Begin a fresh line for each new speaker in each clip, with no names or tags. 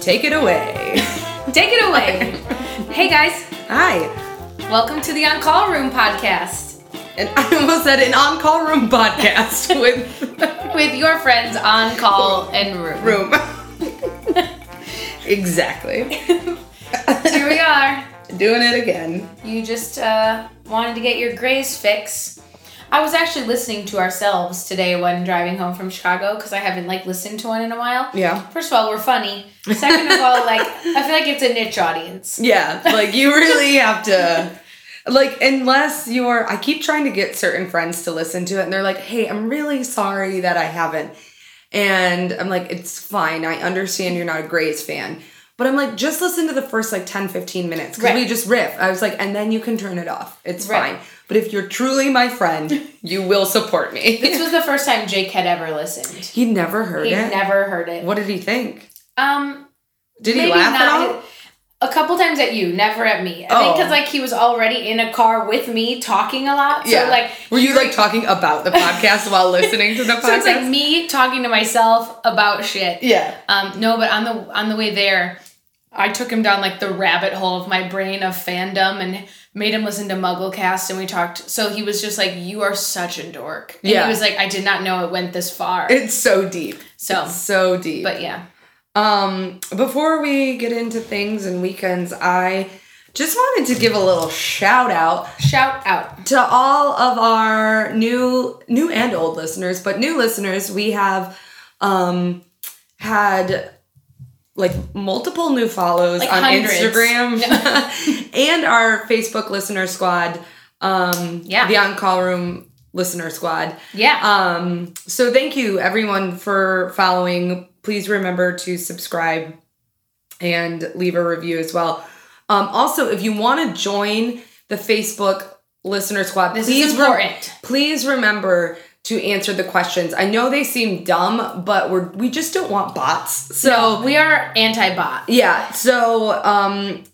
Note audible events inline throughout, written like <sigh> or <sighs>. Take it away.
Take it away. hey guys,
Hi.
welcome to the On Call Room podcast
And I almost said an on call room podcast <laughs> with
with your friends on call and room.
room. <laughs> exactly.
<laughs> Here we are.
Doing it again.
You just uh, wanted to get your grays fix. I was actually listening to ourselves today when driving home from Chicago because I haven't like listened to one in a while.
Yeah.
First of all, we're funny. Second of all, like I feel like it's a niche
<laughs>
audience.
Yeah. Like you
<laughs>
really have to. Like, unless you're, I keep trying to get certain friends to listen to it and they're like, hey, I'm really sorry that I haven't. And I'm like, it's fine. I understand you're not a Grays fan. But I'm like, just listen to the first like 10, 15 minutes because
Right.
we just riff. I was like, and then you can turn it off. It's
Right.
fine. But if you're truly my friend, you will support
<laughs>
me.
This was the first time Jake had ever listened.
he never heard
He'd
it.
never heard it.
what did he think?
Um,
Did he
Maybe
laugh
not.
at all?
A couple times at you, never at me. I think
Oh.
because like he was already in a car with me talking a lot. So
yeah.
like
were you like talking about the podcast while listening to the podcast?
<laughs> so it's like me talking to myself about shit.
yeah.
Um, no, but on the on the way there, I took him down like the rabbit hole of my brain of fandom and made him listen to MuggleCast and we talked. So he was just like, "You are such a dork." And
Yeah.
He was like, "I did not know it went this far."
It's so deep.
so,
So deep.
but yeah,
Um, before we get into things and weekends, I just wanted to give a little shout out
shout out.
to all of our new new and old listeners, but new listeners, we have um had like multiple new follows
Like
on
hundreds.
Instagram <laughs> and our Facebook listener squad. Um
Yeah.
the on call room listener squad.
Yeah.
Um, so thank you everyone for following. Please remember to subscribe and leave a review as well. Um, also, if you want to join the Facebook listener squad,
This is
please rem-
important.
please remember to answer the questions. I know they seem dumb, but we're we just don't want bots. So
we are anti-bot.
yeah. So um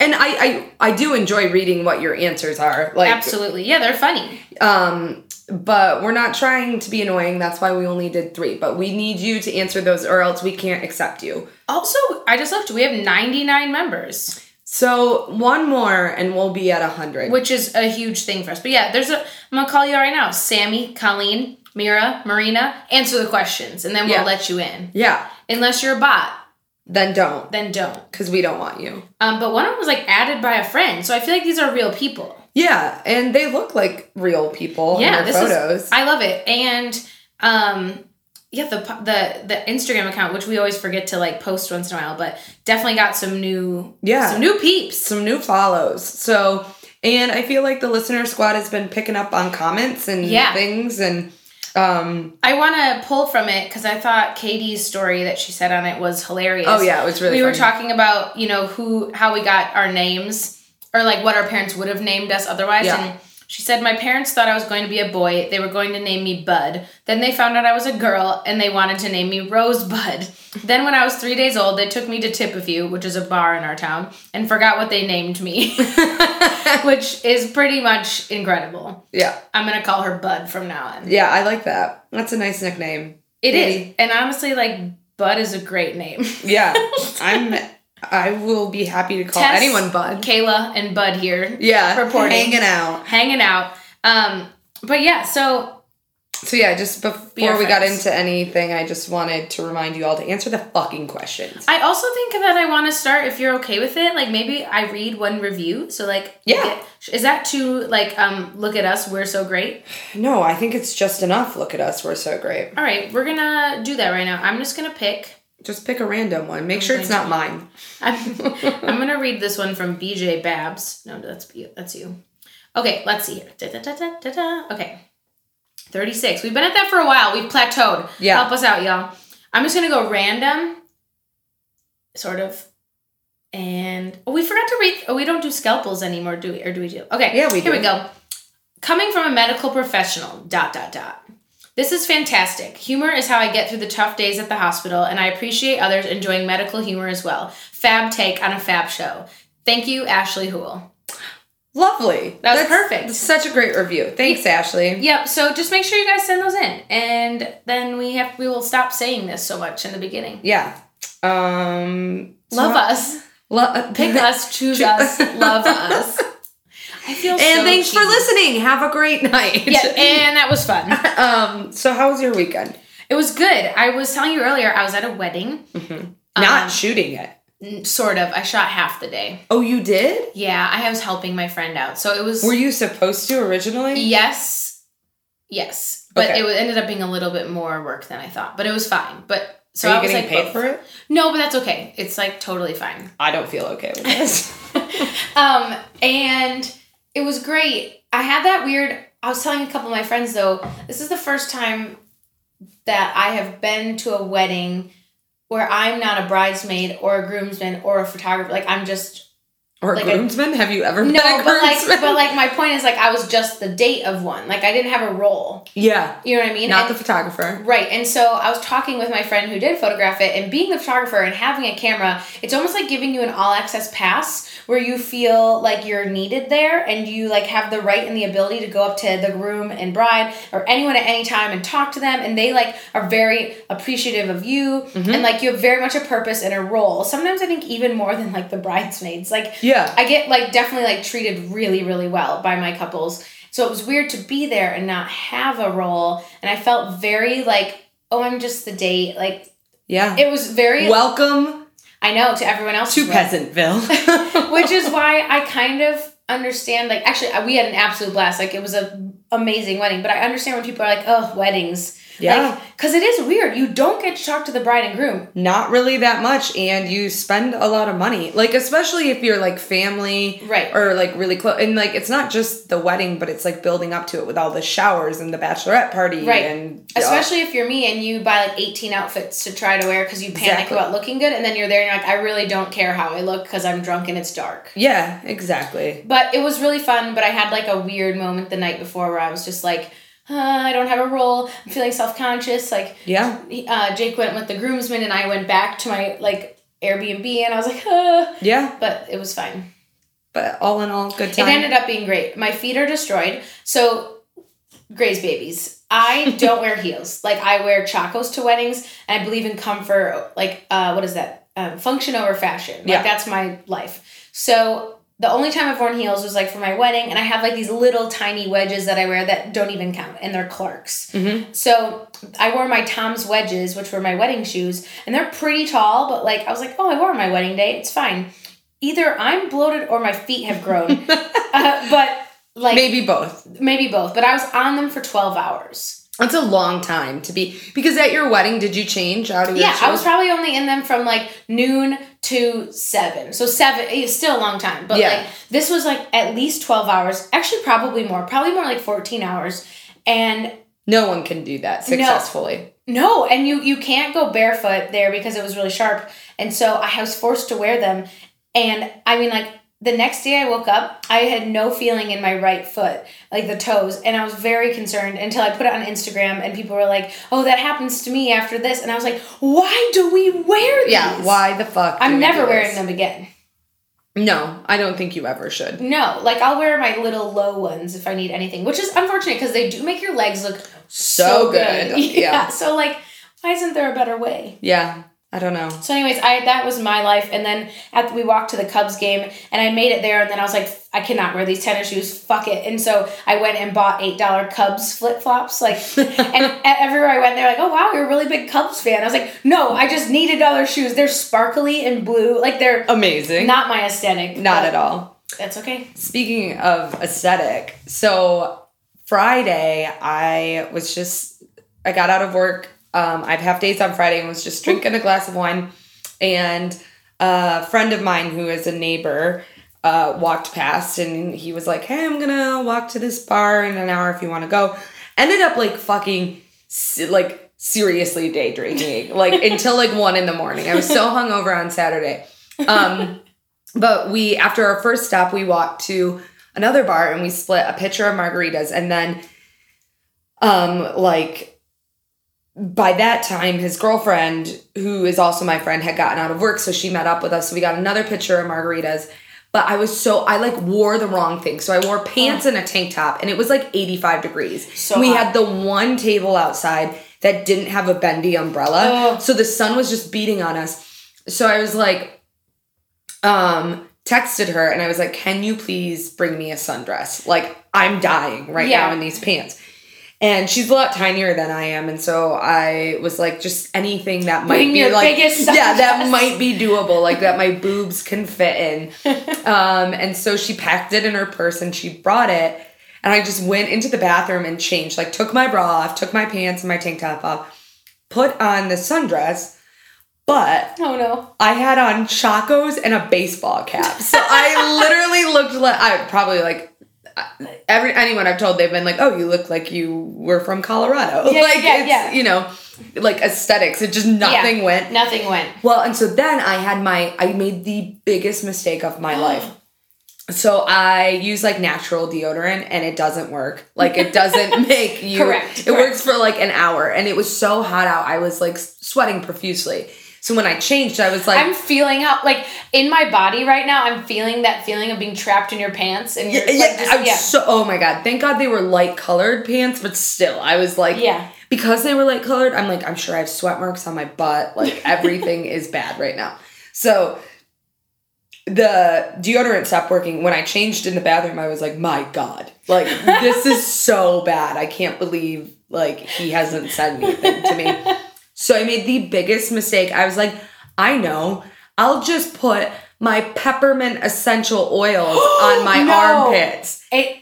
and I, I I do enjoy reading what your answers are. Like
Absolutely. Yeah, they're funny.
um, but we're not trying to be annoying. That's why we only did three. But we need you to answer those, or else we can't accept you.
Also, I just looked. We have 99 members,
So one more, and we'll be at a hundred.
which is a huge thing for us. But yeah, there's a. I'm gonna call you out right now. Sammy, Colleen, Mira, Marina, answer the questions, and then we'll
Yeah.
let you in.
Yeah.
Unless you're a bot,
Then don't,
then don't.
because we don't want you.
Um, but one of them was like added by a friend, so I feel like these are real people.
Yeah, and they look like real people.
yeah,
in their
this
photos.
is. I love it, and um, yeah, the po- the the Instagram account, which we always forget to like post once in a while, but definitely got some new
Yeah.
some new peeps.
some new follows. So, and I feel like the listener squad has been picking up on comments and
Yeah.
things, and um,
I want to pull from it because I thought Katie's story that she said on it was hilarious.
oh yeah, it was really.
we were
funny.
talking about you know who how we got our names or like what our parents would have named us otherwise.
Yeah.
And she said my parents thought I was going to be a boy. They were going to name me Bud. Then they found out I was a girl and they wanted to name me Rosebud. <laughs> then when I was three days old, they took me to Tippaview, which is a bar in our town, and forgot what they
<laughs>
named me, <laughs> which is pretty much incredible.
Yeah,
I'm gonna call her Bud from now on.
yeah, I like that. That's a nice nickname.
It is,
Maybe. Oh,
And honestly, like, Bud is a great name.
<laughs> Yeah, I'm. I will be happy to call
Tess,
anyone Bud.
Kayla and Bud here
Yeah,
reporting.
hanging out.
hanging out. Um, but yeah, so
So yeah, just
Be our
before we got
friends.
into anything, I just wanted to remind you all to answer the fucking questions.
I also think that I want to start, if you're okay with it, like maybe I read one review. So, like,
Yeah.
get- is that too, like, um, look at us, we're so great?
No, I think it's just enough. Look at us, we're so great.
All right, we're gonna do that right now. I'm just gonna pick.
Just pick a random one. Make sure it's not mine.
I'm, I'm gonna read this one from BJ Babs. No, that's you. That's you. Okay, let's see here. Da, da, da, da, da, da. Okay, thirty six. We've been at that for a while. We've plateaued.
Yeah.
help us out, y'all. I'm just gonna go random, sort of. And oh, we forgot to read. Oh, we don't do scalpels anymore, do we? Or do we do? Okay.
Yeah, we
Here
do.
we go. Coming from a medical professional. Dot dot dot. This is fantastic. Humor is how I get through the tough days at the hospital, and I appreciate others enjoying medical humor as well. Fab take on a fab show. Thank you, Ashley Hool.
Lovely.
That was perfect.
that's Such a great review. Thanks, Ashley.
Yep. So just make sure you guys send those in, and then we have we will stop saying this so much in the beginning.
Yeah. Um uh,
Love us,
Love <laughs>
pick us, choose us, love us. I feel
And
so
thanks for
cheesy.
listening. Have a great <laughs> night.
Yeah, and that was fun.
<laughs> um, so how was your weekend?
It was good. I was telling you earlier, I was at a wedding,
Not shooting it.
n- sort of. I shot half the day.
Oh, you did?
Yeah, I was helping my friend out, so it was.
Were you supposed to originally?
Yes, yes, but
Okay.
it wa- ended up being a little bit more work than I thought. But it was fine. But so
Are
I
you
was
getting
like,
paid
both.
for it?
no, but that's okay. It's like totally fine.
I don't feel okay
<laughs>
with this.
Um, and it was great. I had that weird. I was telling a couple of my friends though. This is the first time that I have been to a wedding where I'm not a bridesmaid or a groomsman or a photographer. Like I'm just
or
Like
a
a-
groomsman? Have you ever
no,
been a
but like, <laughs>
groomsman?
but like my point is like I was just the date of one. Like I didn't have a role.
yeah,
You know what I mean?
not
And-
the
<laughs>
photographer.
Right. And so I was talking with my friend who did photograph it, and being the photographer and having a camera, it's almost like giving you an all access pass where you feel like you're needed there and you like have the right and the ability to go up to the groom and bride or anyone at any time and talk to them and they like are very appreciative of you and like you have very much a purpose and a role. Sometimes I think even more than like the bridesmaids. Like
Yeah.
I get like definitely like treated really really well by my couples. So it was weird to be there and not have a role and I felt very like oh I'm just the date like
Yeah.
it was very
Welcome
I know to everyone else <laughs>
to Peasantville. <laughs>
which is why I kind of understand like actually I- we had an absolute blast like it was a amazing wedding but I understand when people are like oh weddings
Yeah.
cuz it is weird you don't get to talk to the bride and groom
not really that much and you spend a lot of money like especially if you're like family
Right.
or like really close and like it's not just the wedding but it's like building up to it with all the showers and the bachelorette party
Right.
and
Especially if you're me and you buy like 18 outfits to try to wear because you panic
Exactly.
about looking good, and then you're there and you're like, I really don't care how I look because I'm drunk and it's dark.
yeah exactly
But it was really fun, but I had like a weird moment the night before where I was just like, uh, I don't have a role. I'm feeling self conscious. Like,
yeah
he- uh, Jake went with the groomsmen, and I went back to my like Airbnb, and I was like, uh,
yeah
but it was fine.
but all in all good time
It ended up being great. My feet are destroyed. So, Gray's babies. I
<laughs>
don't wear heels. Like I wear chacos to weddings, and I believe in comfort. Like uh, what is that? Um, function over fashion. Like
Yeah.
that's my life. So the only time I've worn heels was like for my wedding, and I have like these little tiny wedges that I wear that don't even count, and they're Clarks.
Mm-hmm.
So I wore my Tom's wedges, which were my wedding shoes, and they're pretty tall. But like I was like, oh, I wore 'em my wedding day. It's fine. Either I'm bloated or my feet have grown. Uh, but like maybe.
maybe both
both. But I was on them for twelve hours.
that's a long time to be because at your wedding did you change out of your
Yeah, I was
shoes?
probably only in them from like noon to seven. So seven is still a long time. But
Yeah.
like this was like at least twelve hours. Actually, probably more. Probably more like fourteen hours. And
no one can do that successfully
No, and you you can't go barefoot there because it was really sharp. And so I was forced to wear them. And I mean like the next day I woke up, I had no feeling in my right foot, like the toes, and I was very concerned until I put it on Instagram and people were like, "Oh, that happens to me after this." And I was like, "Why do we wear these?"
yeah why the fuck do
I'm
we
never
do
wearing
this?
them again.
no i don't think you ever should
No, like I'll wear my little low ones if I need anything, which is unfortunate because they do make your legs look
so, good,
<laughs> Yeah.
yeah
So like, why isn't there a better way?
Yeah, I don't know.
So, anyways, I that was my life, and then at, we walked to the Cubs game, and I made it there, and then I was like, I cannot wear these tennis shoes, fuck it, and so I went and bought eight dollar Cubs flip
<laughs>
flops, like, and e- everywhere I went, they're like, oh wow, you're a really big Cubs fan. I was like, no, I just need eight dollar shoes. They're sparkly and blue, like they're
Amazing. Not,
not my aesthetic. but
at all.
That's okay.
Speaking of aesthetic, so Friday I was just I got out of work. Um, I've half days on Friday and was just drinking a glass of wine, and a friend of mine who is a neighbor uh, walked past and he was like, "Hey, I'm gonna walk to this bar in an hour if you want to go." Ended up like fucking se- like seriously day drinking like until like one in the morning. I was so hungover on Saturday. Um, but we after our first stop, we walked to another bar and we split a pitcher of margaritas and then um like by that time, his girlfriend, who is also my friend, had gotten out of work, so she met up with us. So we got another picture of margaritas. But I was so I like wore the wrong thing. So I wore pants and a tank top, and it was like 85 degrees.
So
we
hot.
had the one table outside that didn't have a bendy umbrella.
Ugh.
So the sun was just beating on us. So I was like, um, texted her and I was like, Can you please bring me a sundress? Like, I'm dying right
Yeah.
now in these pants. And she's a lot tinier than I am, and so I was like, just anything that might
Bring
be
your
like,
biggest
<laughs> yeah, that
sundress.
might be doable, like that
<laughs>
my boobs can fit in. Um, and so she packed it in her purse and she brought it, and I just went into the bathroom and changed, like took my bra off, took my pants and my tank top off, put on the sundress, but
Oh no.
I had on chacos and a baseball cap. So
<laughs>
I literally looked like I probably like every anyone I've told they've been like, "Oh, you look like you were from Colorado."
Yeah,
like
yeah,
it's,
yeah.
you know, like aesthetics. It just nothing went.
Nothing went.
Well, and so then I had my I made the biggest mistake of
<gasps>
my life. So I use like natural deodorant and it doesn't work. Like it
<laughs>
doesn't make you
Correct,
It
correct.
works for like an hour and it was so hot out. I was like sweating profusely. So when I changed, I was like
I'm feeling out like in my body right now. I'm feeling that feeling of being trapped in your pants and you're,
Yeah,
like,
yeah,
just-
I was so. Oh my god! Thank God they were light colored pants, but still, I was like,
Yeah.
because they were light colored. I'm like, I'm sure I have sweat marks on my butt. Like everything is bad right now. So the deodorant stopped working. When I changed in the bathroom, I was like, my god, like this is so bad. I can't believe like he hasn't said anything to me. So I made the biggest mistake. I was like, I know. I'll just put my peppermint essential oils on my
No.
armpits.
It-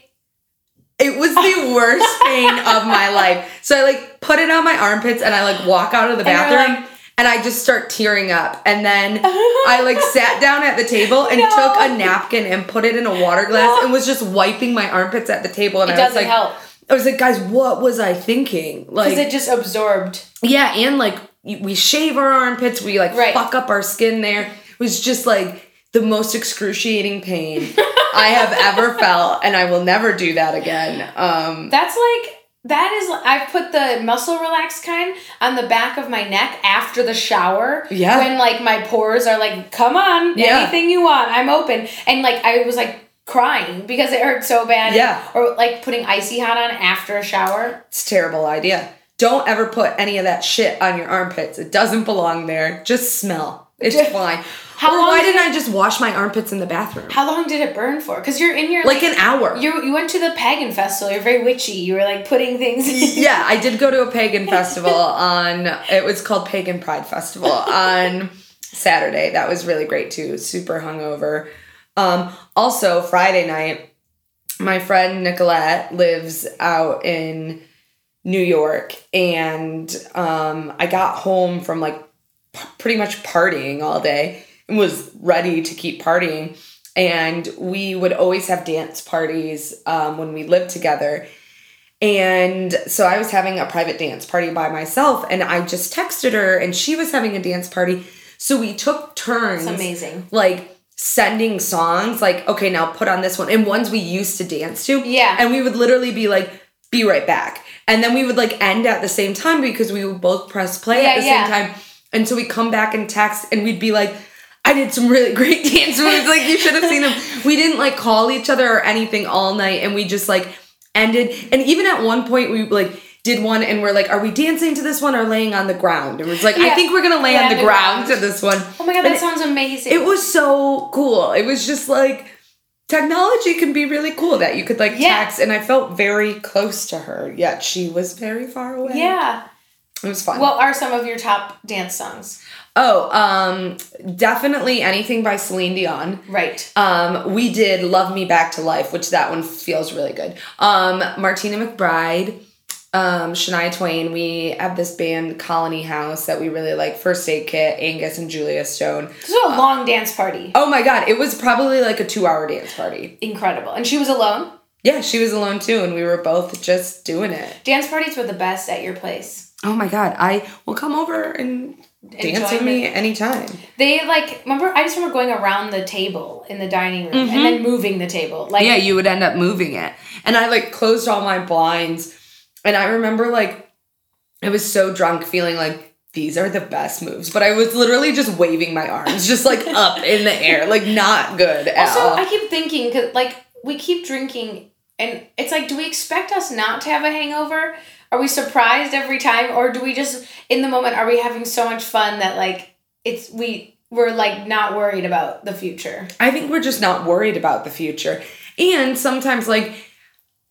It was
<laughs>
the worst pain of my life. So I like put it on my armpits and I like walk out of the
And you're
bathroom and I just start tearing up. And then I
<laughs>
like sat down at the table and
No.
took a napkin and put it in a water glass and was just wiping my armpits at the table. And
it
I was
doesn't
like,
help
I was like, guys, what was I thinking? Like,
because it just absorbed.
yeah, and like y- we shave our armpits, we like
Right.
fuck up our skin there. It was just like the most excruciating pain
<laughs>
I have ever felt, and I will never do that again. Um,
That's like that is. I put the muscle relax kind on the back of my neck after the shower.
Yeah.
When like my pores are like, come on,
Yeah.
anything you want, I'm open. And like I was like crying because it hurt so bad.
Yeah.
Or like putting icy hot on after a shower.
it's a terrible idea. Don't ever put any of that shit on your armpits. It doesn't belong there. Just smell. It's fine.
How
or
long
why
did
didn't I just wash my armpits in the bathroom?
How long did it burn for? Because you're in your
like an hour.
You you went to the pagan festival. You're very witchy. You were like putting things.
yeah, I did go to a pagan festival on it was called Pagan Pride
<laughs>
Festival on Saturday. That was really great too. Super hungover. Um also Friday night my friend Nicolette lives out in New York and um I got home from like p- pretty much partying all day and was ready to keep partying and we would always have dance parties um, when we lived together and so I was having a private dance party by myself, and I just texted her, and she was having a dance party. So we took turns.
<laughs> It's amazing.
Like sending songs, like, okay, now put on this one, and ones we used to dance to.
Yeah.
And we would literally be like, be right back. And then we would like end at the same time because we would both press play at
Yeah,
the
yeah.
same time. And so we come back and text, and we'd be like, I did some really <laughs> great dance moves. Like you should have seen them. We didn't like call each other or anything all night, and we just like ended. And even at one point, we like did one, and we're like, "Are we dancing to this one or laying on the ground?" And it's like, "I
Yeah.
think we're gonna lay
Lay
on the ground to this one."
Oh my god,
And
that sounds amazing.
it was so cool. It was just like technology can be really cool that you could like
Yeah.
text, and I felt very close to her, yet she was very far away.
yeah.
it was fun.
What are some of your top dance songs?
oh, um, definitely anything by Celine Dion.
Right.
Um, we did Love Me Back to Life, which that one feels really good. Um, Martina McBride, um, Shania Twain. We have this band, Colony House, that we really like. First Aid Kit, Angus and Julia Stone.
This was a long dance party.
Oh my God, it was probably like a two hour dance party.
Incredible. And she was alone.
Yeah, she was alone too, and we were both just doing it.
Dance parties were the best at your place.
Oh my God, I will come over and dance
Enjoy
with me anytime.
They like remember I just remember going around the table in the dining room and then moving the table. Like
yeah, you would end up moving it. And I like closed all my blinds. And I remember like I was so drunk feeling like these are the best moves, but I was literally just waving my arms, just like up in the air, like not good at
Also,
all.
I keep thinking because like we keep drinking, and it's like, do we expect us not to have a hangover? Are we surprised every time, or do we just in the moment are we having so much fun that like it's we we're like not worried about the future?
I think we're just not worried about the future. And sometimes, like,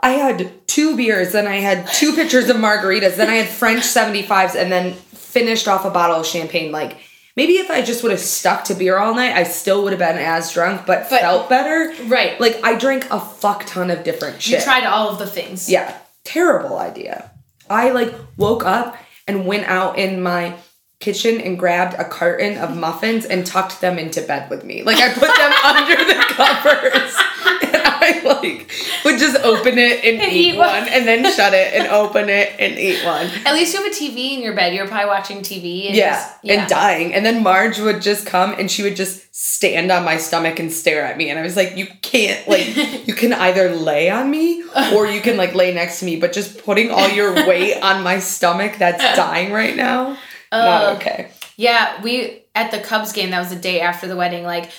I had two beers, then I had two pitchers of margaritas, then I had French 75s, and then finished off a bottle of champagne. Like, maybe if I just would have stuck to beer all night, I still would have been as drunk, but,
But-
felt better.
Right. Like
Like, I drank a fuck ton of different
you
shit.
tried all of the things.
Yeah, terrible idea. I like woke up and went out in my kitchen and grabbed a carton of muffins and tucked them into bed with me. Like I put them <laughs> under the covers. <laughs> And I like would just open it and,
And
eat,
eat
one.
one.
and then shut it and open it and eat one.
At least you have a TV in your bed. You're probably watching TV. And
Yeah,
just-
and dying. And then Marge would just come and she would just stand on my stomach and stare at me. And I was like, you can't,
<laughs>
like, you can either lay on me or you can, like, lay next to me. But just putting all your
<laughs>
weight on my stomach that's dying right now, not
Ugh.
okay.
Yeah, we at the Cubs game, that was the day after the wedding, like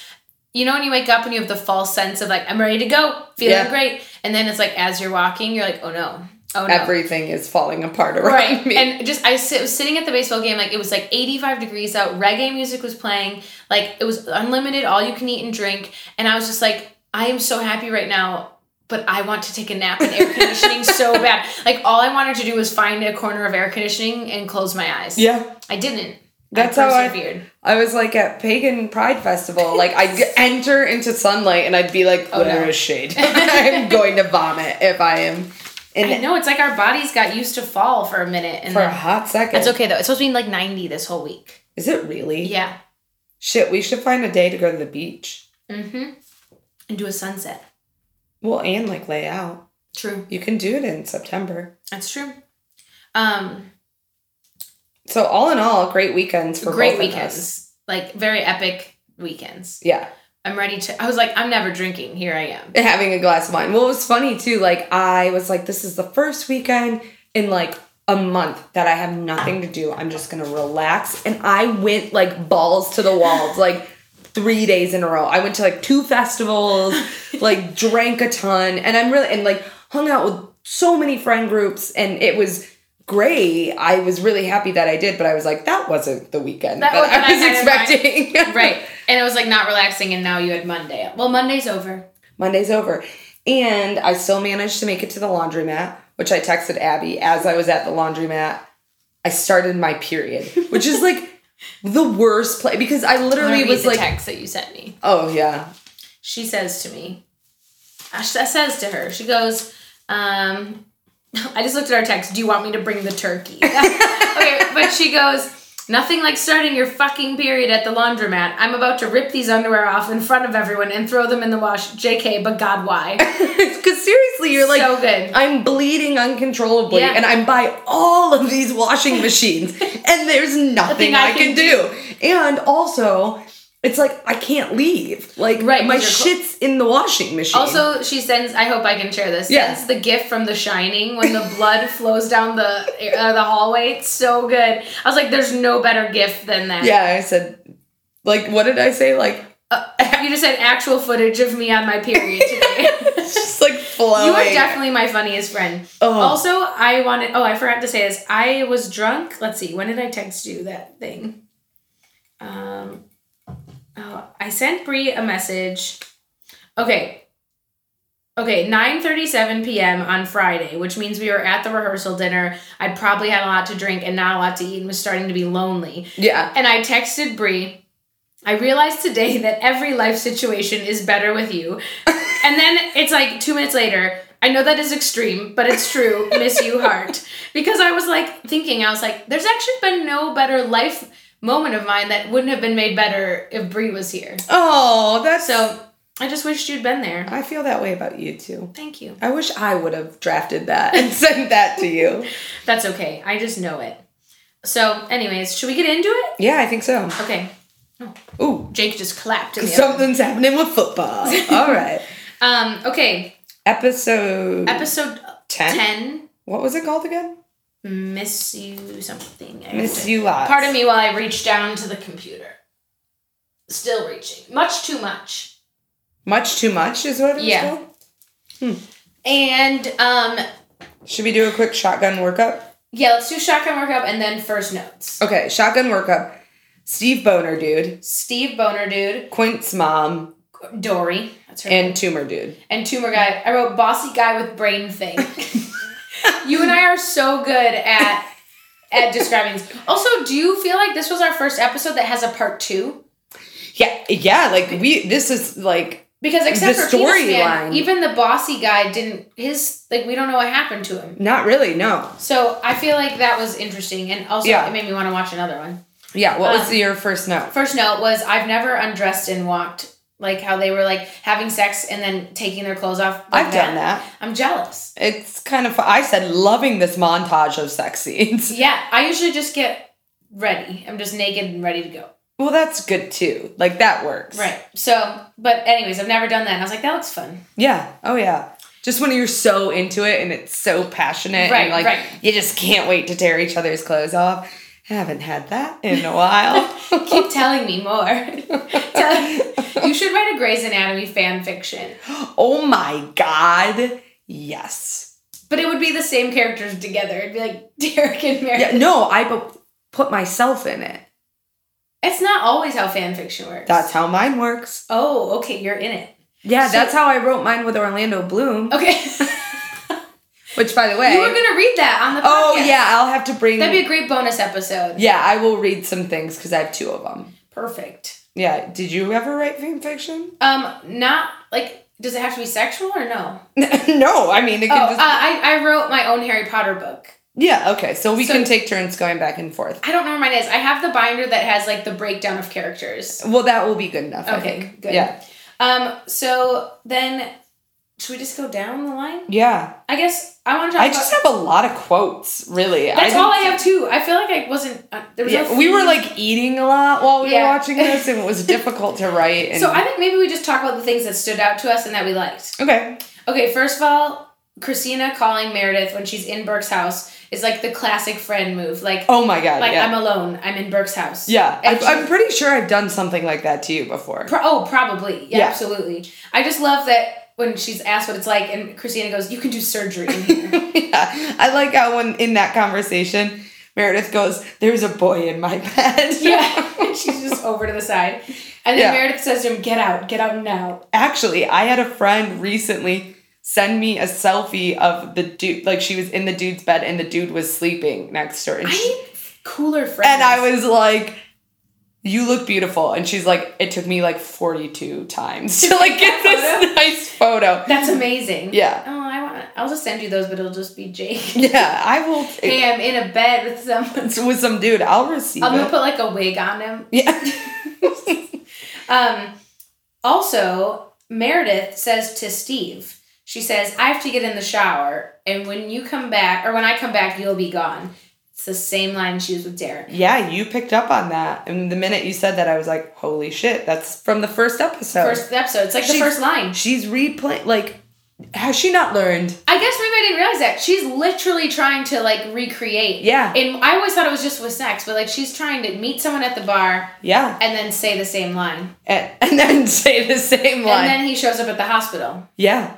you know when you wake up and you have the false sense of like, I'm ready to go, feeling
Yeah.
great. And then it's like as you're walking, you're like, oh no. Oh no.
Everything is falling apart around
<laughs> Right.
me.
And just I sit, was sitting at the baseball game, like it was like 85 degrees out, reggae music was playing, like it was unlimited, all you can eat and drink. And I was just like, I am so happy right now, but I want to take a nap in
<laughs>
air conditioning so bad. Like all I wanted to do was find a corner of air conditioning and close my eyes.
yeah.
I didn't.
That's
I
how I-
persevered.
I was like at Pagan Pride Festival. Like I'd g- enter into sunlight and I'd be like, oh, there
no.
is
<laughs>
shade. I'm going to vomit if I am in
I know it's like our bodies got used to fall for a minute, and
for a
then-
hot second.
it's okay though. It's supposed to be like ninety this whole week.
Is it really?
Yeah,
Shit, we should find a day to go to the beach.
mm-hmm. and do a sunset.
Well, and like lay out.
True,
You can do it in September.
that's true. Um,
So all in all, great weekends for
great
both of us.
weekends, like very epic weekends.
Yeah,
I'm ready to. I was like, I'm never drinking. Here I
<laughs>
am.
having a glass of wine. Well, it was funny too. Like I was like, this is the first weekend in like a month that I have nothing to do. I'm just gonna relax, and I went like balls to the walls, like. Three days in a row. I went to like two
<laughs>
festivals, like drank a ton, and I'm really and like hung out with so many friend groups, and it was great. I was really happy that I did, but I was like, that wasn't the weekend that,
That wasn't
I was
that kind of vibe.
expecting.
Right, and it was like not relaxing, and now you had Monday. Well, Monday's over.
Monday's over. And I still managed to make it to the laundromat, which I texted Abby as I was at the laundromat. I started my period, which is like <laughs> the worst play because I
I'm
literally
gonna read
was
the
like,
text that you sent me.
oh yeah, <laughs>
she says to me, I sh- I says to her, she goes, um, <laughs> I just looked at our text. Do you want me to bring the turkey? <laughs> okay, but she goes, nothing like starting your fucking period at the laundromat. I'm about to rip these underwear off in front of everyone and throw them in the wash. JK, but God, why?
because seriously, you're like,
so good.
I'm bleeding uncontrollably,
Yeah.
and I'm by all of these washing
<laughs>
machines, and there's nothing
Nothing
I,
I
can,
can
do. And also, it's like I can't leave. Like
Right,
my
'cause you're
shit's in the washing machine.
Also, she sends. I hope I can share this.
Yeah.
Sends the gift from The Shining when the
<laughs>
blood flows down the uh, the hallway. It's so good. I was like, "There's no better gift than that."
yeah, I said, like, what did I say?
<laughs>
Like,
Uh, you just had actual footage of me on my period
<laughs>
today.
just like flowing.
you are definitely my funniest friend.
Oh.
Also, I wanted. Oh, I forgot to say this. I was drunk. Let's see. When did I text you that thing? Um. Oh, I sent Bree a message. Okay. Okay, 9:37 p.m. on Friday, which means we were at the rehearsal dinner. I probably had a lot to drink and not a lot to eat and was starting to be lonely.
yeah.
And I texted Bree, I realized today that every life situation is better with you. and then it's like two minutes later, I know that is extreme, but it's true. Miss you, heart. Because I was like thinking, I was like, there's actually been no better life moment of mine that wouldn't have been made better if Bree was here.
Oh, that's so.
So I just wished you'd been there.
I feel that way about you too.
Thank you.
I wish I would have drafted that and <laughs> sent that to you.
That's okay. I just know it. So, anyways, should we get into it?
Yeah, I think so.
Okay.
Ooh,
Jake just clapped in the other.
something's happening with
<laughs>
football. All right,
Um, okay.
episode
Episode
10?
10
What was it called again?
Miss you something. I
Miss
heard it.
you lots.
Pardon me while I reach down to the computer. Still reaching. Much too much.
Much too much is what it was
Yeah.
called?
And um
Should we do a quick shotgun workup?
yeah, let's do shotgun workup and then first notes.
Okay, shotgun workup. Steve Boner dude,
Steve Boner dude,
Quint's mom,
Dory, that's her
and Tumor dude.
and tumor guy. I wrote bossy guy with
<laughs>
brain thing. you and I are so good at at describing things. Also, do you feel like this was our first episode that has a part two?
Yeah, yeah, like we this is like
Because except
The
for Peter Pan,
storyline.
even the bossy guy didn't his like we don't know what happened to him.
not really, no.
So I feel like that was interesting, and also
Yeah.
it made me want to watch another one.
Yeah, what was
Um,
your first note?
First note was I've never undressed and walked like how they were like having sex and then taking their clothes off. like
I've done that.
I'm jealous.
It's kind of I said loving this montage of sex scenes. <laughs>
Yeah, I usually just get ready. I'm just naked and ready to go.
Well, that's good too. Like that works.
Right. So, but anyways, I've never done that. And I was like, that looks fun.
Yeah. Oh yeah. Just when you're so into it and it's so passionate and
Right,
like
right.
you just can't wait to tear each other's clothes off. Haven't had that in a
<laughs>
while. <laughs>
Keep telling me more. <laughs> Tell- you should write a Grey's Anatomy fan fiction,
oh my god. Yes.
but it would be the same characters together. It'd be like <laughs> Derek and Meredith.
Yeah, no, I bu- put myself in it.
It's not always how fan fiction works.
That's how mine works.
Oh, okay, you're in it.
Yeah,
So-
that's how I wrote mine with Orlando Bloom,
Okay.
<laughs> which by the way,
you were gonna read that on the podcast.
Oh yeah, I'll have to bring
That'd be a great bonus episode.
Yeah, I will read some things because I have two of them.
Perfect.
Yeah, did you ever write fan fiction? <laughs>
Um, not like does it have to be sexual or no?
no, I mean it
Oh,
can
uh,
just
I I wrote my own Harry Potter book.
Yeah, okay. So we
So-
can take turns going back and forth.
I don't know where mine is. I have the binder that has like the breakdown of characters.
Well, that will be good enough. I
Okay,
think.
good.
Yeah,
Um, so then should we just go down the line?
yeah.
I guess I want to talk
I
about.
just have a lot of quotes. Really,
that's
I
all I
didn't-
have too. I feel like I wasn't. Uh, there was no
Yeah, we were
theme.
like eating a lot while we
Yeah.
were
<laughs>
watching this, and it was difficult to write. And,
So I think maybe we just talk about the things that stood out to us and that we liked.
okay,
Okay, first of all, Christina calling Meredith when she's in Burke's house is like the classic friend move. Like,
oh my god,
like
yeah,
I'm alone. I'm in Burke's house.
yeah.
And
I,
she-
I'm pretty sure I've done something like that to you before.
Pro- oh, probably. Yeah,
Yeah.
absolutely. I just love that when she's asked what it's like, and Christina goes, "You can do surgery
<laughs>
in here."
yeah, I like how when in that conversation, Meredith goes, "There's a boy in my bed."
yeah, <laughs> she's just over to the side, and then
Yeah.
Meredith says to him, "Get out, get out now."
<laughs> Actually, I had a friend recently send me a selfie of the dude. Like she was in the dude's bed and the dude was sleeping next to her. And,
I
she-
need cooler friends.
and I was like, "You look beautiful." And she's like, "It took me like forty-two times to like
<laughs>
get this nice photo."
That's amazing.
Yeah,
Oh, I want. I'll just send you those, but it'll just be Jake.
yeah. I will
Hey, I'm in a bed with someone.
with some dude. I'll receive
I'm gonna
it.
put like a wig on him.
yeah.
Um, also, Meredith says to Steve, she says, I have to get in the shower, and when you come back, or when I come back, you'll be gone. It's the same line she used with Darren.
Yeah, you picked up on that. And the minute you said that, I was like, holy shit, that's from the first episode.
First episode. It's like the
She-
first line.
She's replaying, like, has she not learned?
I guess maybe I didn't realize that. She's literally trying to like recreate.
Yeah.
And I always thought it was just with sex, but like she's trying to meet someone at the bar
Yeah.
and then say the same line.
And, <laughs> and then say the same line.
And then he shows up at the hospital.
yeah.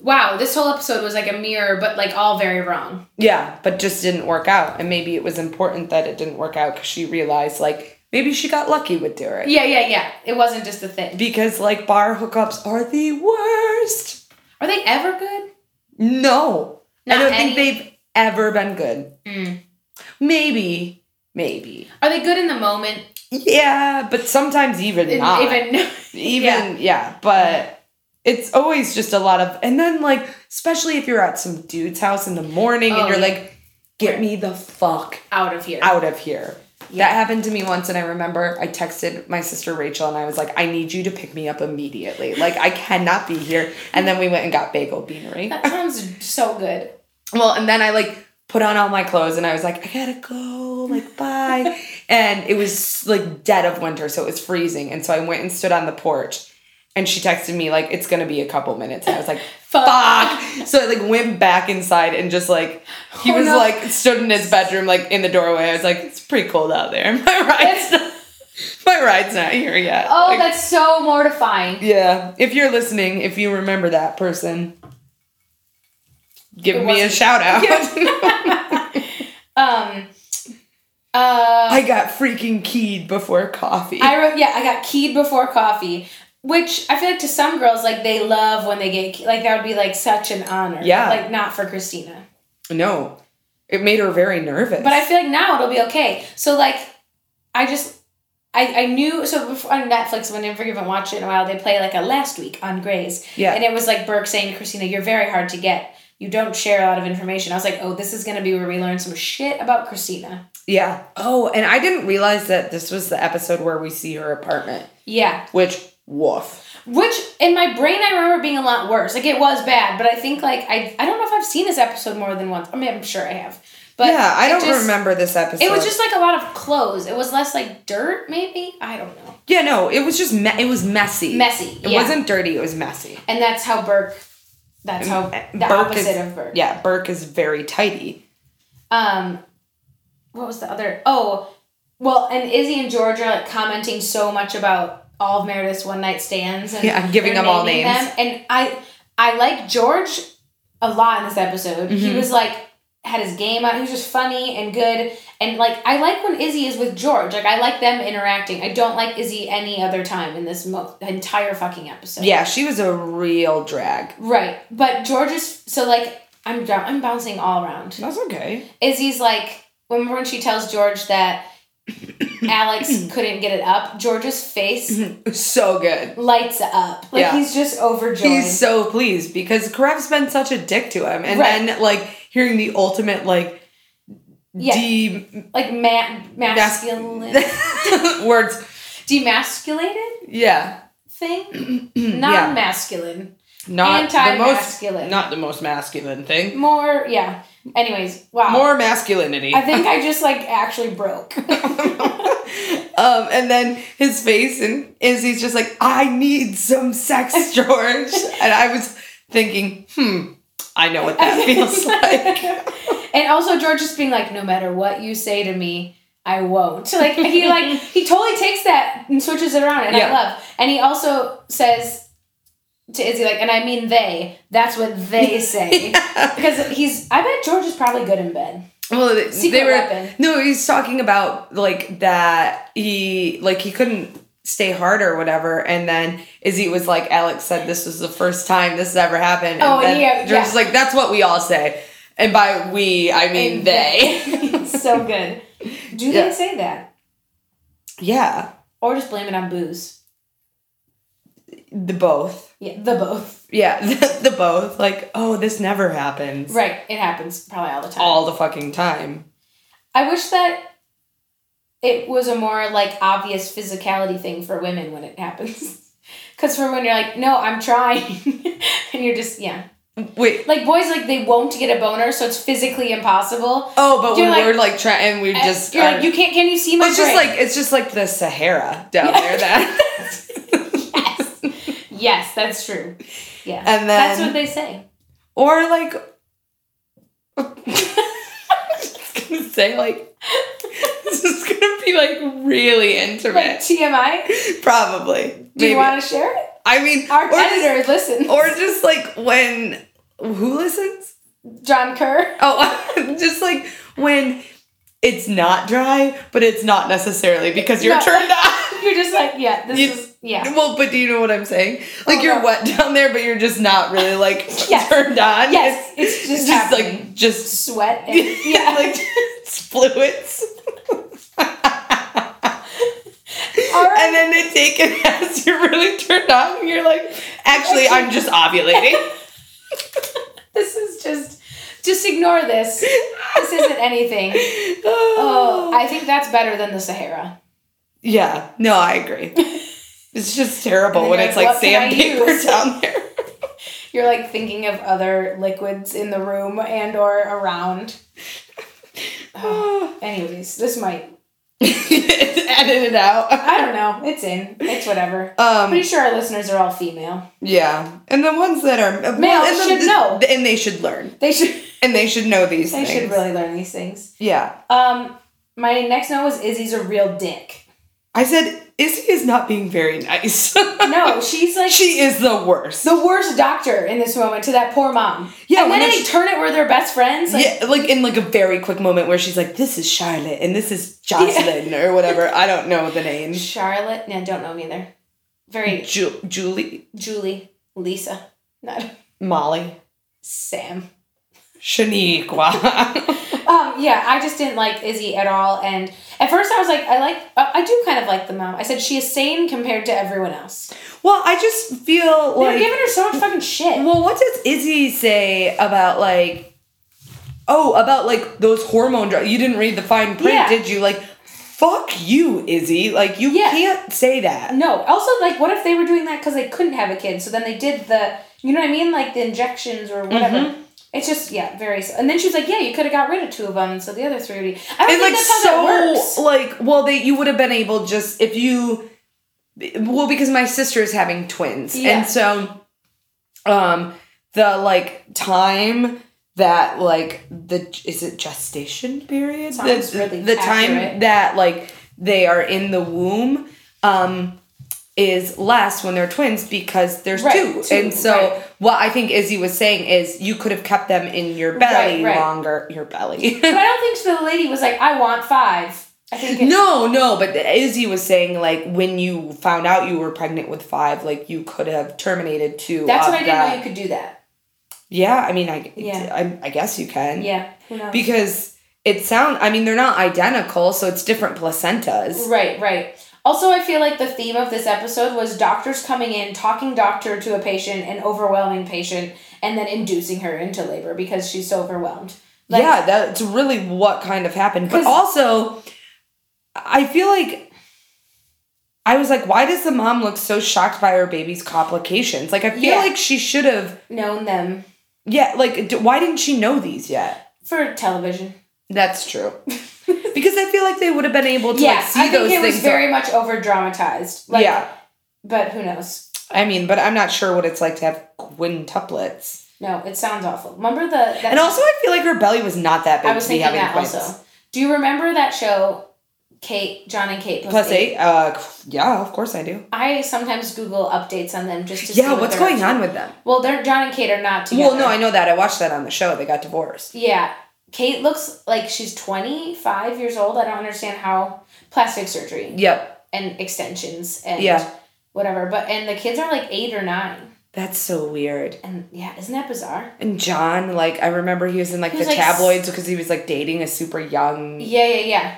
Wow, this whole episode was like a mirror, but like all very wrong.
Yeah, but just didn't work out. And maybe it was important that it didn't work out because she realized, like, maybe she got lucky with Derek.
Yeah, yeah, yeah. It wasn't just a thing.
Because, like, bar hookups are the worst.
Are they ever good?
No. I
Not
don't
any-
think
Mm.
they've ever been good. Maybe. Maybe.
Are they good in the moment?
Yeah, but sometimes even
In-
not. Even,
Even
yeah. but it's always just a lot of, and then like, especially if you're at some dude's house in the morning
Oh,
and you're
yeah.
like, get me the fuck
<laughs> out of here.
out of here.
Yeah.
That happened to me once, and I remember I texted my sister Rachel, and I was like, I need you to pick me up immediately. Like, I cannot be here. And then we went and got bagel beanery.
That sounds so
<laughs>
good.
Well, and then I like put on all my clothes and I was like, I gotta go, like,
<laughs>
bye. and it was like dead of winter, so it was freezing. And so I went and stood on the porch And she texted me like it's gonna be a couple minutes. And I was like,
<laughs> Fuck.
"Fuck!" So I like went back inside and just like he
Oh,
was
no.
like stood in his bedroom like in the doorway. I was like, "It's pretty cold out there. <laughs> My ride's not, my ride's not here yet."
Oh,
Like,
that's so mortifying.
yeah. If you're listening, if you remember that person, give
It
me a
wasn't-
shout
<laughs>
out. <laughs>
Um, uh,
I got freaking keyed before coffee.
I wrote, yeah, I got keyed before coffee, which I feel like to some girls, like they love when they get keyed. Like that would be like such an honor.
Yeah.
Like not for Christina.
no, it made her very nervous.
But I feel like now it'll be okay. So like, I just. I, I knew so before on Netflix whenever you haven't watched it in a while they play like a last week on Grays
Yeah.
and it was like Burke saying to Christina you're very hard to get you don't share a lot of information I was like oh this is gonna be where we learn some shit about Christina
yeah. Oh, and I didn't realize that this was the episode where we see her apartment,
yeah
which woof.
Which in my brain I remember being a lot worse. Like it was bad, but I think like I I don't know if I've seen this episode more than once. I mean I'm sure I have. But
yeah, I
it
don't
just-
remember this episode.
It was just like a lot of clothes. It was less like dirt, maybe? I don't know.
yeah, no, it was just me- it was messy.
Messy.
It
yeah.
wasn't dirty. It was messy.
and that's how Burke that's how the
Burke
opposite
is,
of Burke.
Yeah, Burke is very tidy.
Um what was the other oh well and Izzy and George are like commenting so much about all of Meredith's one night stands and
Yeah, I'm giving
they're
them all
naming
names.
them. And I I like George a lot in this episode. He
Mhm.
was like had his game out. He was just funny and good. And like I like when Izzy is with George. Like I like them interacting. I don't like Izzy any other time in this mo- entire fucking episode.
Yeah, she was a real drag.
Right. But George is so like I'm dou- I'm bouncing all around.
That's okay.
Izzy's like, remember when she tells George that <coughs>
<coughs>
Alex couldn't get it up? George's face
So good.
lights up. Like
Mm-hmm. Yeah.
he's just overjoyed.
He's so pleased because Karev's been such a dick to him, and
Right.
then like hearing the ultimate like
Yeah.
de-
like ma-
<laughs>
masculine,
words.
demasculated
Yeah, <coughs>
thing, non-masculine,
not the most
Anti-masculine.
not the most masculine thing.
more yeah. Anyways, wow.
More masculinity.
I <laughs> think I just like actually broke.
<laughs> um, and then his face and Izzy's just like, I need some
<laughs>
sex, George. and I was thinking, hmm, I know what
<laughs>
that feels like.
and also George just being like, no matter what you say to me, I won't. <laughs> Like he like he totally takes that and switches it around, and I
Yeah.
love. And he also says to Izzy like, and I mean they. That's what
<laughs>
they say because he's. I bet George is probably good in bed.
Well, they,
Secret
they were
weapon.
no. He's talking about like that. He like he couldn't stay hard or whatever, and then Izzy was like, "Alex said this was the first time this has ever happened." And
Oh,
then
yeah,
George
yeah.
is like, "That's what we all say," and by we I mean
And
they.
<laughs> so good. Do
Yeah.
they say that
<laughs> yeah,
or just blame it on booze?
the both.
Yeah, the both.
Yeah, <laughs> the, the both. Like, oh, this never happens.
Right, it happens probably all the time.
All the fucking time.
I wish that it was a more like obvious physicality thing for women when it happens. <laughs> Cause for when you're like, no, I'm trying, <laughs> and you're just yeah,
Wait.
like boys like they won't get a boner, so it's physically impossible.
Oh, but
You're
we
like- uh,
were like trying, and we just.
you're
are-
like, you can't. Can you see my?
it's just
brain?"
like it's just like the Sahara down there. That.
<laughs> yes, that's true. Yeah,
And then-
that's what they say.
Or like <laughs> I was gonna say like <laughs> this is gonna be like really
Like
intimate.
TMI. Do
Probably.
you
Maybe.
want to share it?
I mean
Our
or
editor listens.
just, or just like when who listens?
John Kerr. <laughs>
Oh <laughs> just like when it's not dry, but it's not necessarily because you're
No.
turned <laughs> on.
You're just like yeah. This
You-
is
<laughs>
yeah.
Well, but do you know what I'm saying? Like
Oh,
you're
no.
wet down there, but you're just not really like
Yes.
turned on.
Yes, it's,
It's,
just,
it's just
happening.
like just
sweat.
<laughs>
And,
yeah,
<laughs> yeah,
like it's
<laughs>
fluids.
all right.
And then they take it <laughs> as you're really turned on, and you're like, actually, I'm just
<laughs>
ovulating.
This is just just ignore this. This isn't anything.
<laughs>
Oh, I think that's better than the Sahara.
yeah, no, I
<laughs>
agree. It's just terrible
And
when
you're
it's
like,
like
what can I
sandpaper
use?
down
<laughs>
there. <laughs>
You're like thinking of other liquids in the room and or around. Anyways, this might
Edit it out.
I don't know. It's in. It's whatever.
Um,
Pretty sure our listeners are all female.
yeah, and the ones that are well,
Male
and the-
should know.
and they should learn,
They should. <laughs>
and they should know these
They
things.
should really learn these things.
Yeah,
Um, my next note was Izzy's a real dick.
I said Izzy is not being very nice. <laughs>
No, she's like
she is the worst.
the worst doctor in this moment to that poor mom.
Yeah,
and
when
then
it's-
they turn it where they're best friends. Like,
yeah, like in like a very quick moment where she's like, "This is Charlotte and this is Jocelyn or whatever." I don't know the name.
Charlotte. No, don't know either. Very
Ju- Julie,
Julie, Lisa, not
Molly, <laughs>
Sam.
Shaniqua.
Um, yeah, I just didn't like Izzy at all. And at first, I was like, I like, uh, I do kind of like the mom. I said she is sane compared to everyone else.
<laughs> well, I just feel
They're
like
giving her so much fucking shit.
Well, what does Izzy say about like? Oh, about like those hormone drugs. You didn't read the fine print,
Yeah.
did you? Like, fuck you, Izzy. Like, you
Yeah.
can't say that.
No. Also, like, what if they were doing that because they couldn't have a kid? So then they did the, you know what I mean, like the injections or whatever.
Mm-hmm.
It's just yeah, very. s- And then she was like, "Yeah, you could have got rid of two of them, so the other three would be." I
And
don't think
like
that's how that works.
so, like, well, they you would have been able just if you, well, because my sister is having twins,
Yeah.
and so, um, the like time that like the is it gestation period
Sounds
the,
really
the time
accurate.
that like they are in the womb um is less when they're twins because there's
Right,
two.
two,
and so
right.
what i think izzy was saying is you could have kept them in your belly
right.
longer your belly <laughs>
But I don't think the lady was like, "I want five. I think it,
No, no, but Izzy was saying like when you found out you were pregnant with five, like you could have terminated two.
that's
of
what I didn't know
that.
you could do that."
Yeah, I mean, I,
Yeah.
I, I guess you can.
Yeah. Who knows?
Because it sound. I mean, they're not identical, so it's different placentas.
Right, right. Also, I feel like the theme of this episode was doctors coming in, talking doctor to a patient, and overwhelming patient, and then inducing her into labor because she's so overwhelmed. Like,
yeah, that's really what kind of happened. But
'Cause-
also, I feel like. I was like, why does the mom look so shocked by her baby's complications? Like, I feel
Yeah.
like she should have,
known them
yeah, like, d- why didn't she know these yet?
for television.
That's true. <laughs> because I feel like they would have been able to
Yeah,
like, see
I
those
think it
things.
was very much over dramatized. Like,
yeah.
But who knows?
I mean, but I'm not sure what it's like to have quintuplets.
No, it sounds awful. Remember the. That
And also, I feel like her belly was not that big
I was
to be
thinking
having
that
twins.
also. Do you remember that show, Kate, John and Kate
Plus eight. Uh, yeah, of course I do.
I sometimes Google updates on them just to see.
yeah,
what
what's
they're up
going
to.
on with them?
Well, they're John and Kate are not together.
Well, no, I know that. I watched that on the show. They got divorced.
Yeah. Kate looks like she's 25 years old. I don't understand how plastic surgery
Yep.
and extensions and
Yeah.
whatever. But and the kids are like 8 or 9.
That's so weird.
And yeah, isn't that bizarre?
And John, like, I remember he was in like
He
the
was, like, s-
tabloids because he was like dating a super young.
Yeah, yeah, yeah.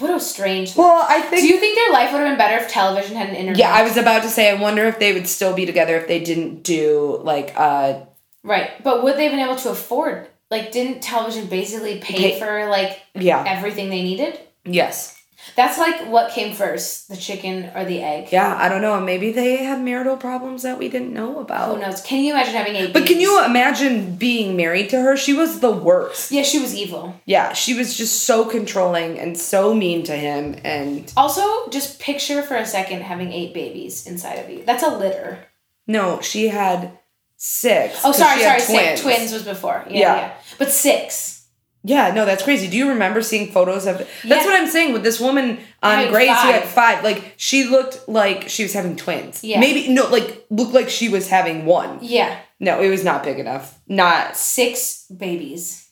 What a strange.
Well, I
Do
think.
you think their life would have been better if television had an interview?
yeah, I was about to say, I wonder if they would still be together if they didn't do like uh
Right. But would they have been able to afford like didn't television basically pay
Pay-
for like
Yeah.
everything they needed?
Yes.
That's like what came first, the chicken or the egg?
Yeah, I don't know. Maybe they had marital problems that we didn't know
Who
about.
knows? Can you imagine having eight?
But can
babies?
you imagine being married to her? She was the worst.
Yeah, she was evil.
Yeah, she was just so controlling and so mean to him and
Also, just picture for a second having eight babies inside of you. That's a litter.
no, she had six.
Oh,
'cause
sorry,
she had
sorry. Twins. Six twins was before. Yeah,
Yeah.
yeah. But six.
Yeah, no, that's crazy. Do you remember seeing photos of That's
Yeah.
what I'm saying with this woman on
Having
Grace who had
five.
five. Like she looked like she was having twins.
Yeah.
Maybe no, like looked like she was having one.
Yeah,
No, it was not big enough. Not
six babies.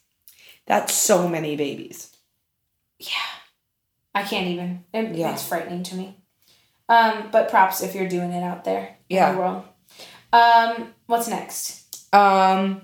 that's so many babies.
Yeah, I can't even. It,
Yeah.
It's frightening to me. Um, but props if you're doing it out there.
Yeah.
In the world. Um, what's next?
Um,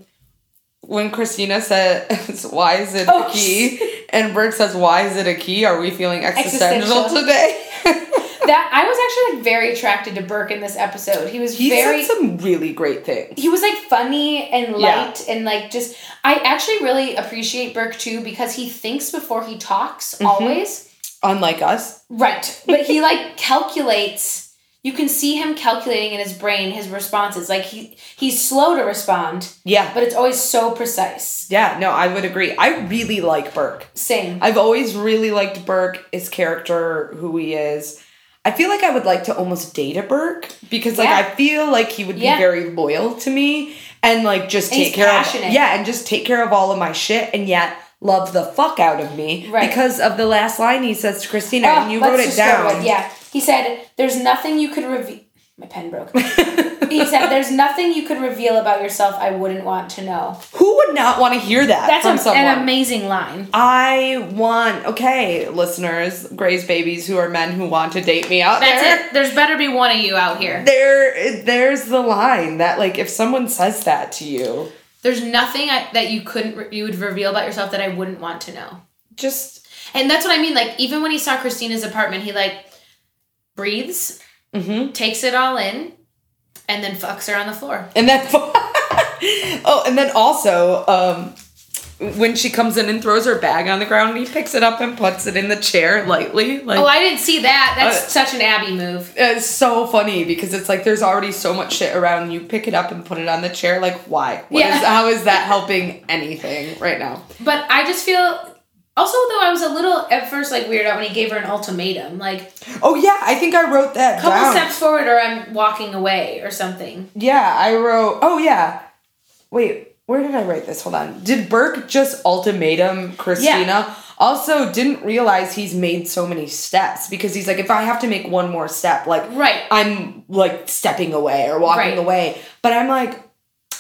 when Christina says, <laughs> "Why is it
Oh,
a key?" and Brooke says, "Why is it a key? Are we feeling existential,
Existential.
today?" <laughs>
That I was actually like very attracted to Burke in this episode. He was
he
very
said some really great things.
he was like funny and
Yeah.
light and like just I actually really appreciate Burke too because he thinks before he
Mm-hmm.
talks always.
Unlike us,
Right. But he like calculates you can see him calculating in his brain his responses. Like he he's slow to respond,
Yeah.
but it's always so precise.
Yeah, no, I would agree. I really like Burke.
Same.
I've always really liked Burke, his character, who he is. I feel like I would like to almost date a Burke because like
Yeah.
I feel like he would
Yeah.
be very loyal to me and like just
And
take
he's
care
passionate.
of Yeah, and just take care of all of my shit and yet love the fuck out of me
Right.
because of the last line he says to Christina
Oh,
and you
let's
wrote it
just go to
down.
Yeah. He said, "There's nothing you could reveal." My pen
<laughs>
broke. he said, "There's nothing you could reveal about yourself I wouldn't want to know."
<laughs> Who would not want to hear that
That's
from
a-
someone?
an amazing line.
I want okay, listeners, Gray's babies who are men who want to date me out
That's
there.
it. There's better be one of you out here.
There, there's the line that like if someone says that to you,
There's nothing I, that you couldn't re- you would reveal about yourself that I wouldn't want to know.
just
And that's what I mean. Like even when he saw Christina's apartment, he like breathes,
mm-hmm.
takes it all in, and then fucks her on the floor.
and then <laughs> oh, and then also um, when she comes in and throws her bag on the ground, he picks it up and puts it in the chair lightly. Like
Oh, I didn't see that. That's
Uh,
such an Abby move.
it's so funny because it's like there's already so much shit around. You pick it up and put it on the chair. Like why? What is
Yeah.
how is that helping anything right now?
But I just feel. Also, though, I was a little at first like weird out when he gave her an ultimatum, like
Oh yeah, I think I wrote that
couple
down.
steps forward or I'm walking away or something.
Yeah, I wrote. Oh yeah. Wait, where did I write this? Hold on. Did Burke just ultimatum Christina?
Yeah.
Also, didn't realize he's made so many steps because he's like, if I have to make one more step, like
Right.
I'm like stepping away or walking
Right.
away. But I'm like,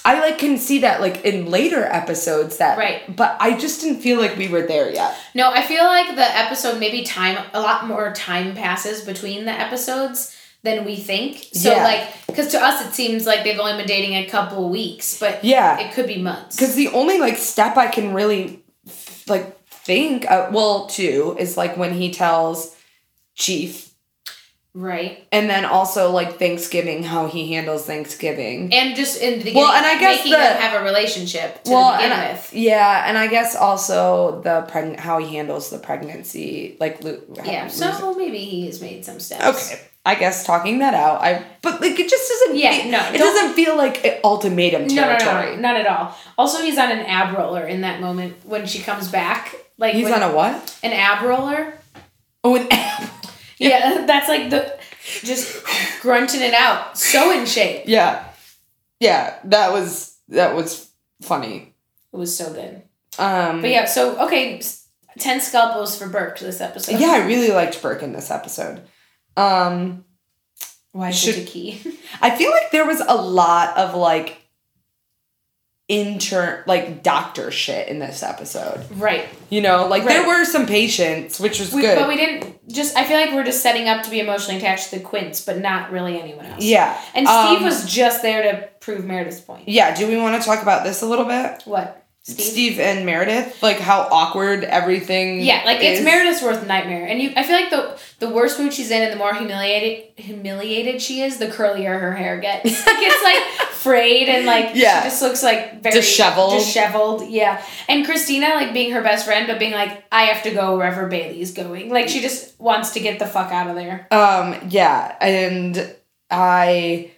I like can see that like in later episodes that
Right.
But I just didn't feel like we were there yet.
No, I feel like the episode maybe time a lot more time passes between the episodes than we think. So
Yeah.
like cuz to us it seems like they've only been dating a couple weeks, but
Yeah.
it could be months.
Because the only like step I can really like think uh well too is like when he tells Chief
Right.
and then also like Thanksgiving, how he handles Thanksgiving.
And just in the beginning
Well, and I guess
making
the-
them have a relationship to
well,
begin
and I-
with.
yeah, and I guess also the pregnant how he handles the pregnancy, like lo- how
yeah.
he loses-
So maybe he has made some steps.
okay. I guess talking that out, I but like it just doesn't.
Yeah,
fe-
no,
it
don't-
doesn't feel like it ultimatum
No, no,
territory.
no, no, not at all. Also, he's on an ab roller in that moment when she comes back. Like
He's
when-
on a what?
an ab roller.
Oh, an <laughs> app.
Yeah, <laughs> that's like the just grunting it out. So in shape.
Yeah, yeah. That was that was funny.
It was so good.
Um,
But yeah, so okay, s- ten scalpels for Burke this episode.
yeah, I really liked Burke in this episode. Um,
why
should-
should a key? <laughs>
I feel like there was a lot of like intern like doctor shit in this episode.
right.
You know, like there
Right.
were some patients, which was
We,
good.
but we didn't. Just I feel like we're just setting up to be emotionally attached to the Quints, but not really anyone else.
yeah.
And Steve
Um,
was just there to prove Meredith's point.
Yeah, do we want to talk about this a little bit?
What?
Steve,
Steve?
and Meredith, like how awkward everything
Yeah, like it's
is.
Meredith's worst nightmare, and you. I feel like the the worse mood she's in, and the more humiliated humiliated she is, the curlier her hair
<laughs>
gets. Like, it's like frayed and like
Yeah.
she just looks like very
Disheveled.
disheveled. Yeah, and Christina like being her best friend, but being like, I have to go wherever Bailey's going. Like she just wants to get the fuck out of there.
Um yeah, and I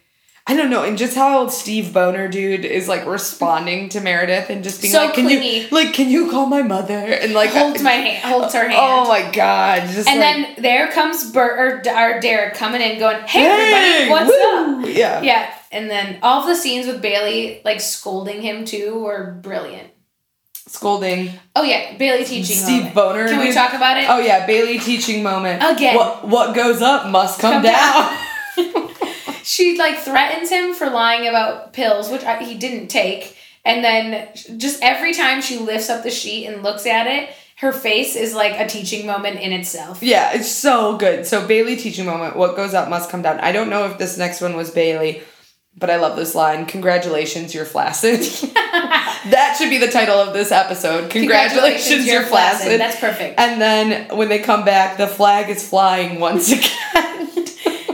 I don't know, and just how Steve Boner dude is like responding to Meredith and just being
So
like, "Can you
clingy.
like can you call my mother?" And like
Holds my hand, holds her hand.
Oh my god! Just
and
like,
then there comes Bert or, D- or Derek coming in, going, "Hey,
dang,
everybody, what's up?"
woo! Yeah.
Yeah, and then all of the scenes with Bailey like scolding him too were brilliant.
scolding
Oh yeah, Bailey teaching.
Steve
moment.
Boner.
Can we
dude.
talk about it?
Oh yeah, Bailey teaching moment.
Again.
what what goes up must come,
Come
down. <laughs>
She like threatens him for lying about pills, which I, he didn't take, and then just every time she lifts up the sheet and looks at it, her face is like a teaching moment in itself.
yeah, it's so good. So Bailey teaching moment. What goes up must come down. I don't know if this next one was Bailey, but I love this line. Congratulations, you're
<laughs>
flaccid. that should be the title of this episode. Congratulations, you're, flaccid.
That's perfect.
and then when they come back, the flag is flying once <laughs> again.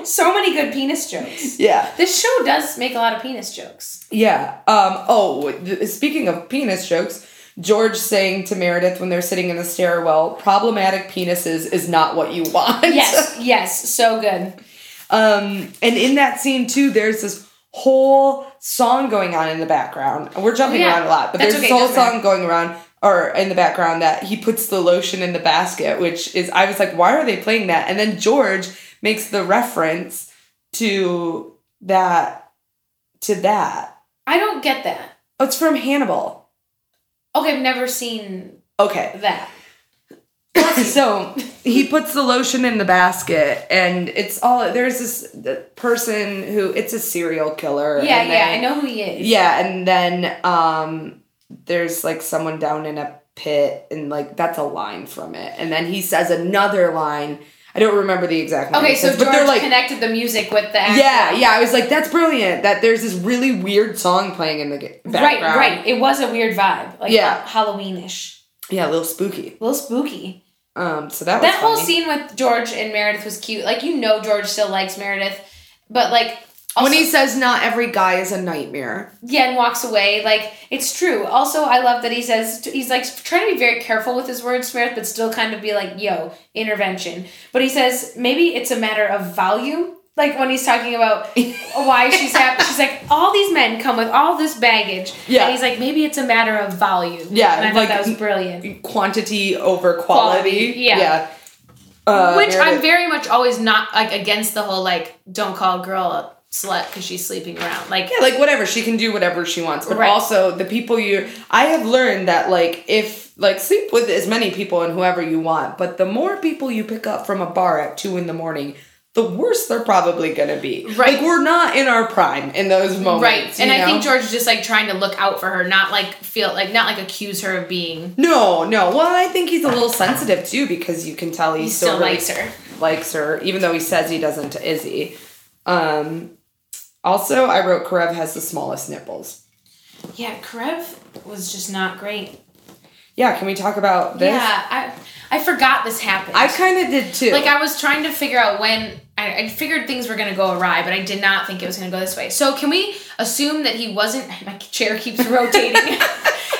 So many good penis jokes.
yeah.
This show does make a lot of penis
<laughs>
jokes.
Yeah. Um, oh, th- speaking of penis jokes, George saying to Meredith when they're sitting in the stairwell, problematic penises is not what you want.
Yes, yes, so good.
<laughs> Um, and in that scene too, there's this whole song going on in the background. We're jumping
Yeah.
around a lot, but
That's
there's
okay,
this whole
doesn't matter.
song going around or in the background that he puts the lotion in the basket, which is I was like, why are they playing that? And then George makes the reference to that to that.
I don't get that.
Oh, it's from Hannibal.
Okay, I've never seen
Okay.
that.
<laughs> so he puts the lotion in the basket and it's all there's this uh, person who it's a serial killer
Yeah,
and
yeah,
they-
I know who he is.
yeah and then um there's like someone down in a pit and like that's a line from it and then he says another line i don't remember the exact line
Okay,
he
so
says,
George
but they're like
connected the music with the actual-
yeah yeah i was like that's brilliant that there's this really weird song playing in the g-
Right,
background
right. It was a weird vibe, like
Yeah.
Halloweenish,
yeah a little spooky
a little spooky.
um so that,
That
was
whole
funny.
scene with George and Meredith was cute. Like you know, George still likes Meredith, but like also,
when he says not every guy is a nightmare
yeah, and walks away. Like it's true. Also, I love that he says he's like trying to be very careful with his words, Meredith, but still kind of be like, "Yo, intervention." But he says maybe it's a matter of volume. Like when he's talking about
<laughs>
why she's happy, she's like, "All these men come with all this baggage."
Yeah.
and he's like, "Maybe it's a matter of volume."
Yeah,
and I
like-
thought that was brilliant.
quantity over quality,
Quality, yeah.
Uh,
Which I'm
Meredith-
very much always not like against the whole like don't call a girl a slut because she's sleeping around. Like
Yeah, like whatever she can do whatever she wants but
Right.
also the people you i have learned that like if like sleep with as many people and whoever you want but the more people you pick up from a bar at two in the morning the worse they're probably gonna be
Right.
like we're not in our prime in those moments
right, and
you
I think
know?
George is just like trying to look out for her, not like feel like not like accuse her of being.
no no well i think he's a little sensitive too because you can tell he,
He
still,
still
really
likes her.
likes her, even though he says he doesn't to Izzy. Um, also, I wrote Karev has the smallest nipples.
Yeah, Karev was just not great.
Yeah, can we talk about this?
Yeah, I I forgot this happened.
I kind of did too.
like I was trying to figure out when I, I figured things were gonna go awry, but I did not think it was gonna go this way. So can we assume that he wasn't? <laughs> My chair keeps rotating. <laughs>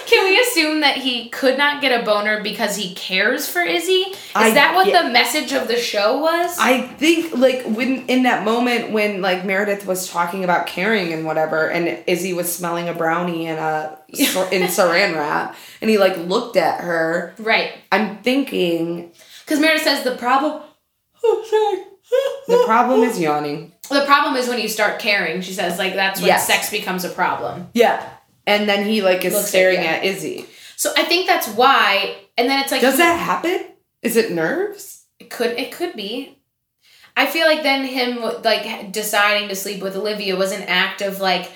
can we assume that he could not get a boner because he cares for Izzy? Is
I-
that what
yeah.
the message of the show was?
I think like when in that moment when like Meredith was talking about caring and whatever, and Izzy was smelling a brownie in a in saran wrap, and he like looked at her.
right,
I'm thinking
because Meredith says the problem. Oh,
the problem is yawning.
The problem is when you start caring. She says like that's when
Yes.
sex becomes a problem.
Yeah, and then he like is
Looks at-
staring
yeah.
at Izzy.
So I think that's why. And then it's like
Does
he-
that happen? Is it nerves?
It could it could be. I feel like then him like deciding to sleep with Olivia was an act of like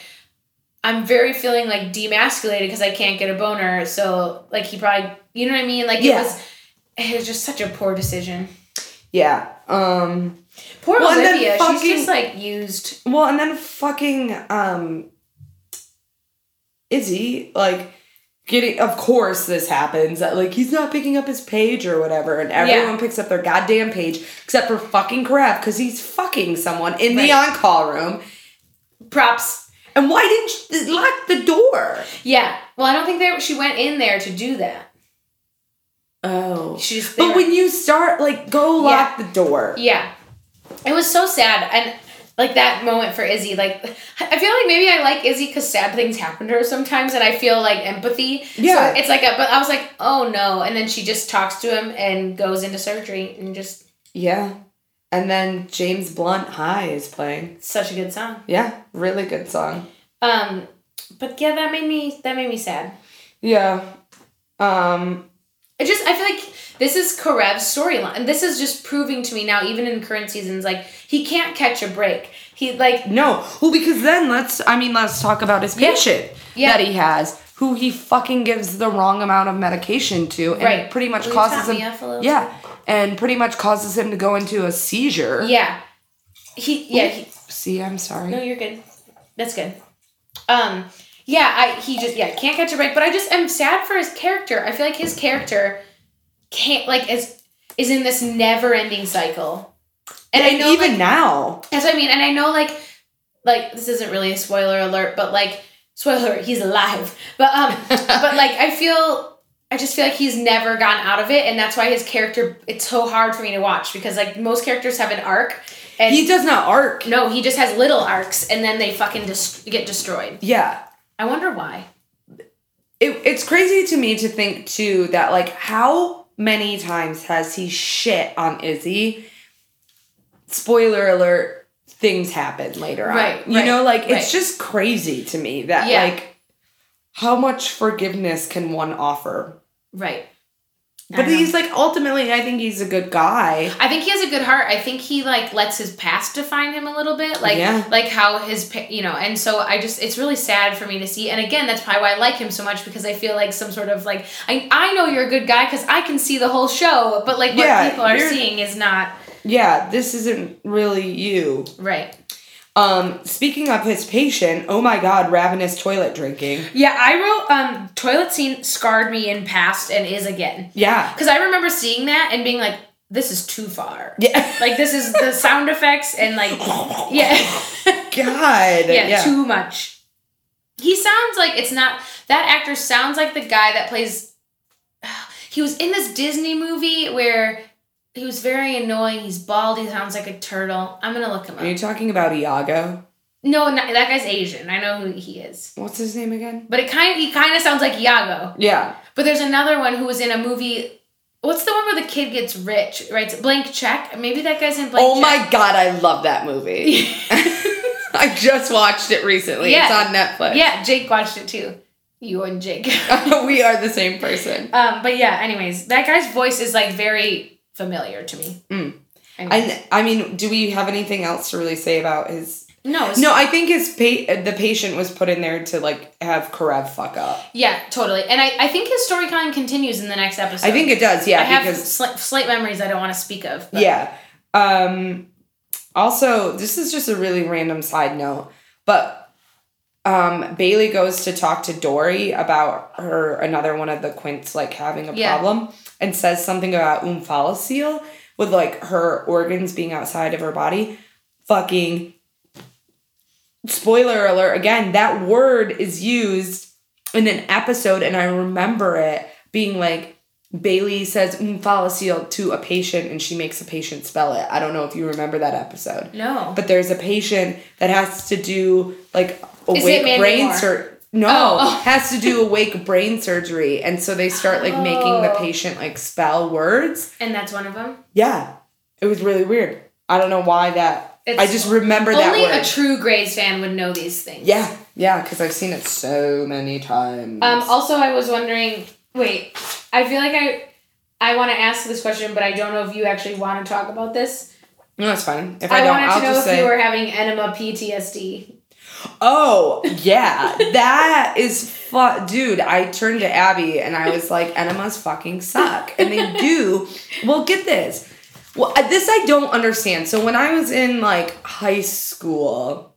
I'm very feeling like demasculated because I can't get a boner. So like he probably you know what I mean? Like
Yeah.
it was it was just such a poor decision.
Yeah. Um
Poor
Well, and then
Olivia.
fucking-
She's just like used.
well and then fucking um Izzy, like getting of course this happens that like he's not picking up his page or whatever, and everyone picks up their goddamn page except for fucking Karev, because he's fucking someone in the
Right.
on-call room.
Props.
And why didn't you lock the door?
Yeah. Well, I don't think they she went in there to do that.
Oh.
She's they
But
were-
when you start, like, go
Yeah.
lock the door.
Yeah. It was so sad. And like that moment for Izzy, like I feel like maybe I like Izzy because sad things happen to her sometimes and I feel like empathy.
Yeah.
So it's like a but I was like, oh no. And then she just talks to him and goes into surgery and just
Yeah. And then James Blunt High is playing.
such a good song.
Yeah, really good song.
Um but yeah, that made me that made me sad.
Yeah. Um
I just I feel like this is Karev's storyline. And this is just proving to me now, even in current seasons, like he can't catch a break. He like
no. Well because then let's I mean let's talk about his
Yeah.
patient
Yeah.
that he has who he fucking gives the wrong amount of medication to and
Right.
pretty much
Will you top
causes
me
him
off a little
Yeah. And pretty much causes him to go into a seizure.
yeah. He yeah, he,
See, I'm sorry.
No, you're good. That's good. Um, yeah, I he just yeah can't catch a break, but I just am sad for his character. I feel like his character can't like is is in this never ending cycle, and, I
and
know
even
like,
now.
that's what I mean, and I know like like this isn't really a spoiler alert, but like spoiler alert, he's alive, but um, but like I feel. I just feel like he's never gotten out of it, and that's why his character—it's so hard for me to watch because like most characters have an arc, And-
he does not arc.
No, he just has little arcs, and then they fucking dest- get destroyed.
Yeah.
I wonder why.
It, it's crazy to me to think too that like how many times has he shit on Izzy? Spoiler alert, things happen later on.
Right,
You
right,
know, like
right.
it's just crazy to me that
Yeah.
like how much forgiveness can one offer?
Right. I
But
know.
he's like ultimately I think he's a good guy.
I think he has a good heart. I think he like lets his past define him a little bit, like
Yeah.
like how his pa- you know. And so I just it's really sad for me to see. And again, that's probably why I like him so much because I feel like some sort of like I I know you're a good guy because I can see the whole show, but like what
Yeah,
people are
you're-
seeing is not
Yeah, this isn't really you.
right.
Um speaking of his patient, oh my god, ravenous toilet drinking.
Yeah, I wrote um toilet scene scarred me in past and is again
Yeah. <laughs>
because I remember seeing that and being like this is too far. <laughs>
Yeah.
Like this is the sound effects and like
<laughs>
yeah.
God.
yeah, too much. He sounds like it's not that actor sounds like the guy that plays <sighs> he was in this Disney movie where he was very annoying. He's bald. He sounds like a turtle. I'm gonna look him
Are you
up.
talking about Iago?
No, not, that guy's Asian. I know who he is.
What's his name again?
But it kind he kind of sounds like Iago.
Yeah.
But there's another one who was in a movie. What's the one where the kid gets rich? Writes blank check. Maybe that guy's in blank.
oh
check.
my god, I love that <laughs> movie. I just watched it recently.
Yeah.
It's on Netflix.
Yeah, Jake watched it too. You
<laughs>
and Jake.
Oh, we are the same person.
Um, but yeah, anyways, that guy's voice is like very familiar to me.
Mm.
Anyways.
And I mean, do we have anything else to really say about his?
no, it's-
No, I think his pa- the patient was put in there to like have Karev fuck up.
yeah, totally. And I, I think his storyline continues in the next episode.
I think it does. Yeah,
I have
because
slight, slight memories I don't want to speak of. but-
Yeah. Um also, this is just a really random side note, but um Bailey goes to talk to Dory about her another one of the quints like having a
Yeah.
problem and says something about umphalicele with like her organs being outside of her body. Fucking spoiler alert again, that word is used in an episode and I remember it being like Bailey says umphalicele to a patient and she makes a patient spell it. I don't know if you remember that episode.
No.
But there's a patient that has to do like
Is
awake
it Mandy
brain
Moore?
surgery. No,
Oh, oh.
has to do awake brain surgery. And so they start like making the
Oh.
patient like spell words.
and that's one of them.
Yeah. It was really weird. I don't know why that I
It's-
just remember that
Only
word.
a true Grays fan would know these things.
yeah, yeah, because I've seen it so many times.
Um, also, I was wondering. Wait, I feel like I, I want to ask this question, but I don't know if you actually want to talk about this.
no, it's fine. If I,
I,
don't,
wanted
I'll
to know
just
if
say.
you were having enema PTSD.
Oh, yeah. that is fu- dude, I turned to Abby and I was like, enemas fucking suck. And they do. Well, get this. Well, I- this I don't understand. So when I was in like high school,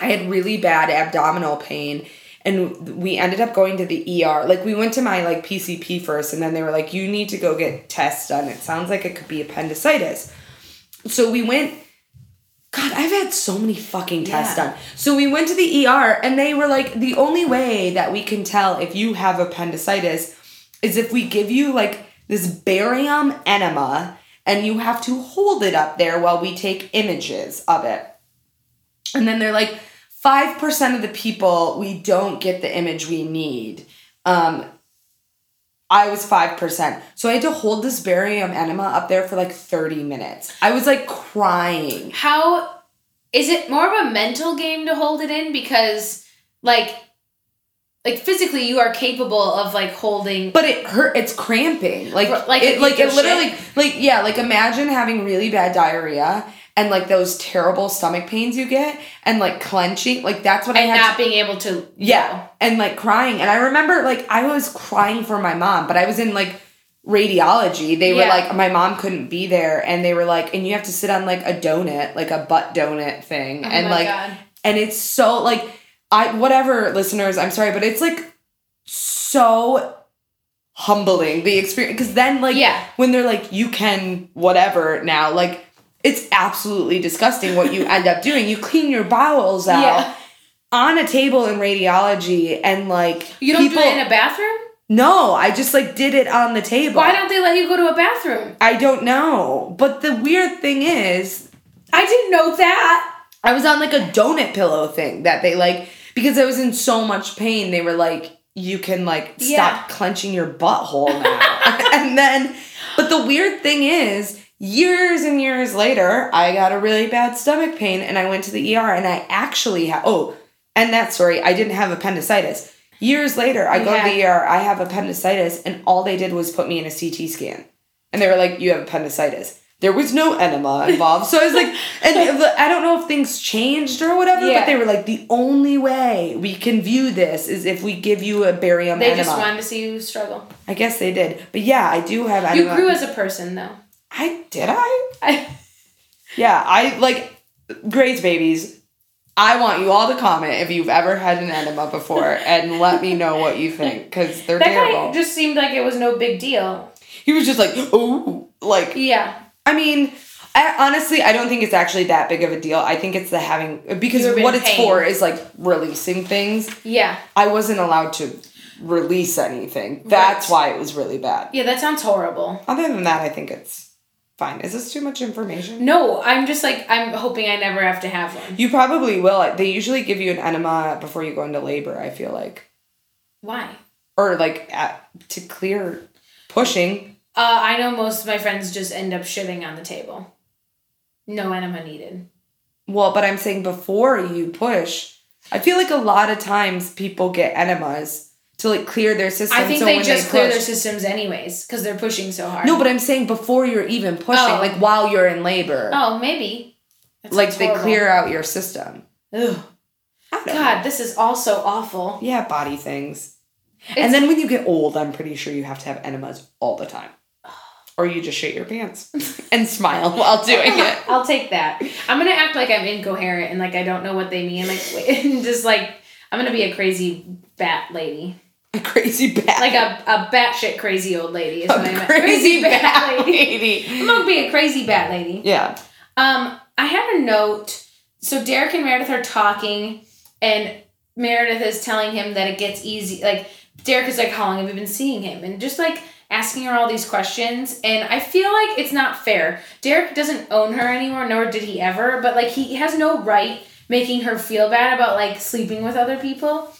I had really bad abdominal pain and we ended up going to the ER. Like we went to my like PCP first and then they were like you need to go get tests done. It sounds like it could be appendicitis. So we went God, I've had so many fucking tests
Yeah.
done. So we went to the ER and they were like, the only way that we can tell if you have appendicitis is if we give you like this barium enema and you have to hold it up there while we take images of it. And then they're like, 5% of the people, we don't get the image we need. Um, I was 5%. So I had to hold this barium enema up there for like 30 minutes. I was like crying.
how is it more of a mental game to hold it in because like like physically you are capable of like holding
But it hurt. It's cramping. Like
Like
like
if
it,
you
like
just
it literally like yeah. Like imagine having really bad diarrhea and like those terrible stomach pains you get and like clenching. Like that's what I
and
had.
not
to-
being able to
yeah, and like crying. And I remember like I was crying for my mom, but I was in like radiology. They were
Yeah.
like my mom couldn't be there, and they were like, and you have to sit on like a donut, like a butt donut thing,
Oh
and
my
like
God.
and it's so like I whatever listeners, I'm sorry, but it's like so humbling the experience because then like
Yeah.
when they're like you can whatever now like it's absolutely disgusting what you end up doing. You clean your bowels out
Yeah.
on a table in radiology and like
you don't do it in a bathroom
no, I just like did it on the table.
why don't they let you go to a bathroom
I don't know. But the weird thing is,
I didn't know that.
I was on like a donut pillow thing that they like because I was in so much pain. They were like, "You can like
Yeah.
stop clenching your butthole now." <laughs> and then, but the weird thing is, years and years later, I got a really bad stomach pain, and I went to the ER, and I actually had oh, and that story, I didn't have appendicitis. Years later, I go
Yeah.
to the ER, I have appendicitis, and all they did was put me in a CT scan. And they were like, you have appendicitis. There was no enema involved. So I was like,
<laughs>
and the- I don't know if things changed or whatever,
Yeah.
but they were like, the only way we can view this is if we give you a barium
They
enema.
just wanted to see you struggle.
I guess they did. But yeah, I do have enema.
You grew as a person, though.
I did I?
I,
Yeah, I like Grace babies. I want you all to comment if you've ever had an enema before and let me know what you think because they're
that
terrible.
guy just seemed like it was no big deal.
he was just like, oh, like
Yeah.
I mean, I, honestly, I don't think it's actually that big of a deal. I think it's the having because
You were in
what it's
pain.
for is like releasing things.
Yeah.
I wasn't allowed to release anything. That's why it was really bad.
Yeah, that sounds horrible.
Other than that, I think it's fine. Is this too much information?
No, I'm just like, I'm hoping I never have to have one.
You probably will. They usually give you an enema before you go into labor. I feel like,
Why?
or like at, to clear pushing.
Uh, I know most of my friends just end up shitting on the table. No enema needed.
Well, but I'm saying before you push, I feel like a lot of times people get enemas to like clear their system.
I think
so
they
when
just clear
push-
their systems anyways because they're pushing so hard.
No, but I'm saying before you're even pushing,
Oh.
like while you're in labor,
oh, maybe. That
like
sounds
they
horrible.
clear out your system.
Ugh.
I don't know.
God, this is also awful.
Yeah, body things.
It's-
and then when you get old, I'm pretty sure you have to have enemas all the time. Or you just shit your
<laughs>
pants and smile while doing it.
I'll take that. I'm gonna act like I'm incoherent and like I don't know what they mean. Like <laughs> wait, and just like I'm gonna be a crazy bat lady,
A crazy bat. <laughs>
like a a batshit crazy old lady. Is what I
a
meant.
crazy, bat lady.
<laughs> I'm gonna be a crazy bat lady.
Yeah.
Um, I had a note. So Derek and Meredith are talking, and Meredith is telling him that it gets easy. Like Derek is like, "How long have you been seeing him?" And just like asking her all these questions. And I feel like it's not fair. Derek doesn't own her anymore, nor did he ever. But like he has no right making her feel bad about like sleeping with other people.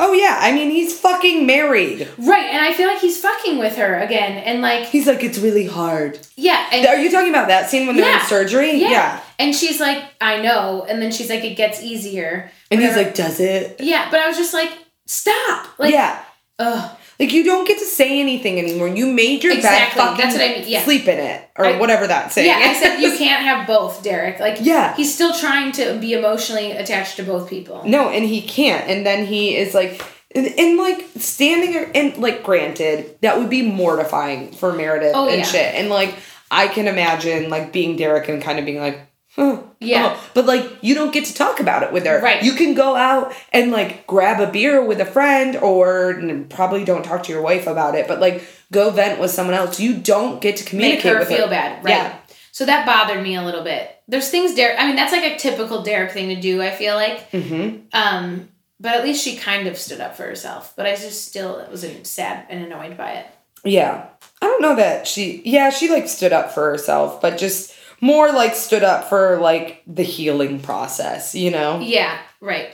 Oh yeah, I mean he's fucking married.
Right. And I feel like he's fucking with her again. And like
He's like, it's really hard.
yeah. And
Are you talking about that scene when they're
Yeah.
in surgery?
yeah. And she's like, I know. And then she's like, it gets easier.
And he's
Whatever.
like, does it?
Yeah, but I was just like, stop. Like,
yeah.
ugh.
Like you don't get to say anything anymore. You made your
Exactly.
bed. Fucking
That's what I mean. Yeah.
Sleep in it or
I-
whatever that saying. <laughs>
Yeah, I
is.
said you can't have both, Derek. Like,
Yeah.
he's still trying to be emotionally attached to both people.
no, and he can't. And then he is like, and, and like standing there- and like granted that would be mortifying for Meredith
Oh,
and
yeah.
shit. And like I can imagine like being Derek and kind of being like. Huh,
Yeah.
oh. But like you don't get to talk about it with her.
Right.
You can go out and like grab a beer with a friend or and probably don't talk to your wife about it, but like go vent with someone else. You don't get to
Make
communicate
her
with
feel
her.
bad, right?
Yeah.
So that bothered me a little bit. There's things Derek. I mean, that's like a typical Derek thing to do. I feel like.
Mhm.
Um, but at least she kind of stood up for herself. But I just still was sad and annoyed by it.
Yeah. I don't know that she yeah, she like stood up for herself, but just more like stood up for like the healing process, you know?
Yeah. Right.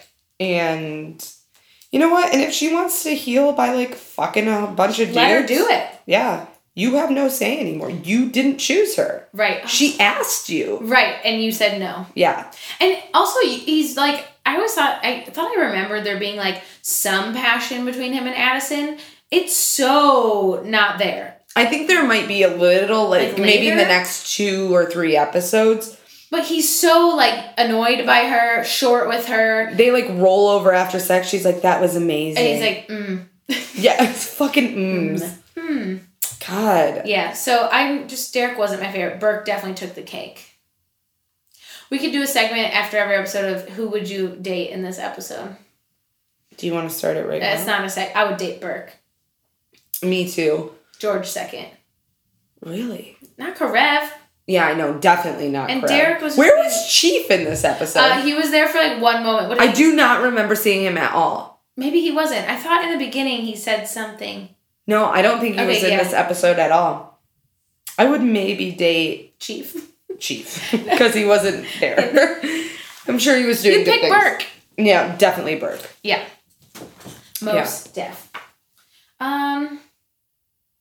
And you know what? And if she wants to heal by like fucking a bunch of
Let her
dudes,
do it.
Yeah. You have no say anymore. You didn't choose her.
Right.
She asked you.
Right. And you said no.
Yeah.
And also, he's like, I always thought, I thought I remembered there being like some passion between him and Addison. It's so not there.
I think there might be a little like,
Like,
maybe in the
later?
next two or three episodes.
But he's so like annoyed by her, short with her.
They like roll over after sex. She's like, that was amazing.
And he's like, mm,
Yeah, <laughs> it's fucking mm.
hmm.
God.
Yeah. So I'm just, Derek wasn't my favorite. Burke definitely took the cake. We could do a segment after every episode of who would you date in this episode.
Do you want to start it right
That's
now?
not a sec. I would date Burke.
Me too.
George second.
Really?
Not Karev.
Yeah, I know. Definitely not.
And
Crow.
Derek was-
Where was Chief in this episode?
Uh, he was there for like one moment. What did
I do not remember seeing him at all.
Maybe he wasn't. I thought in the beginning he said something
No, I don't think he
Okay,
was in
yeah.
this episode at all. I would maybe date.
chief.
<laughs>
Chief.
because he wasn't
<laughs>
there. I'm sure he was doing
You
good
pick
things.
Burke.
Yeah, definitely Burke.
Yeah. Most deaf. Um,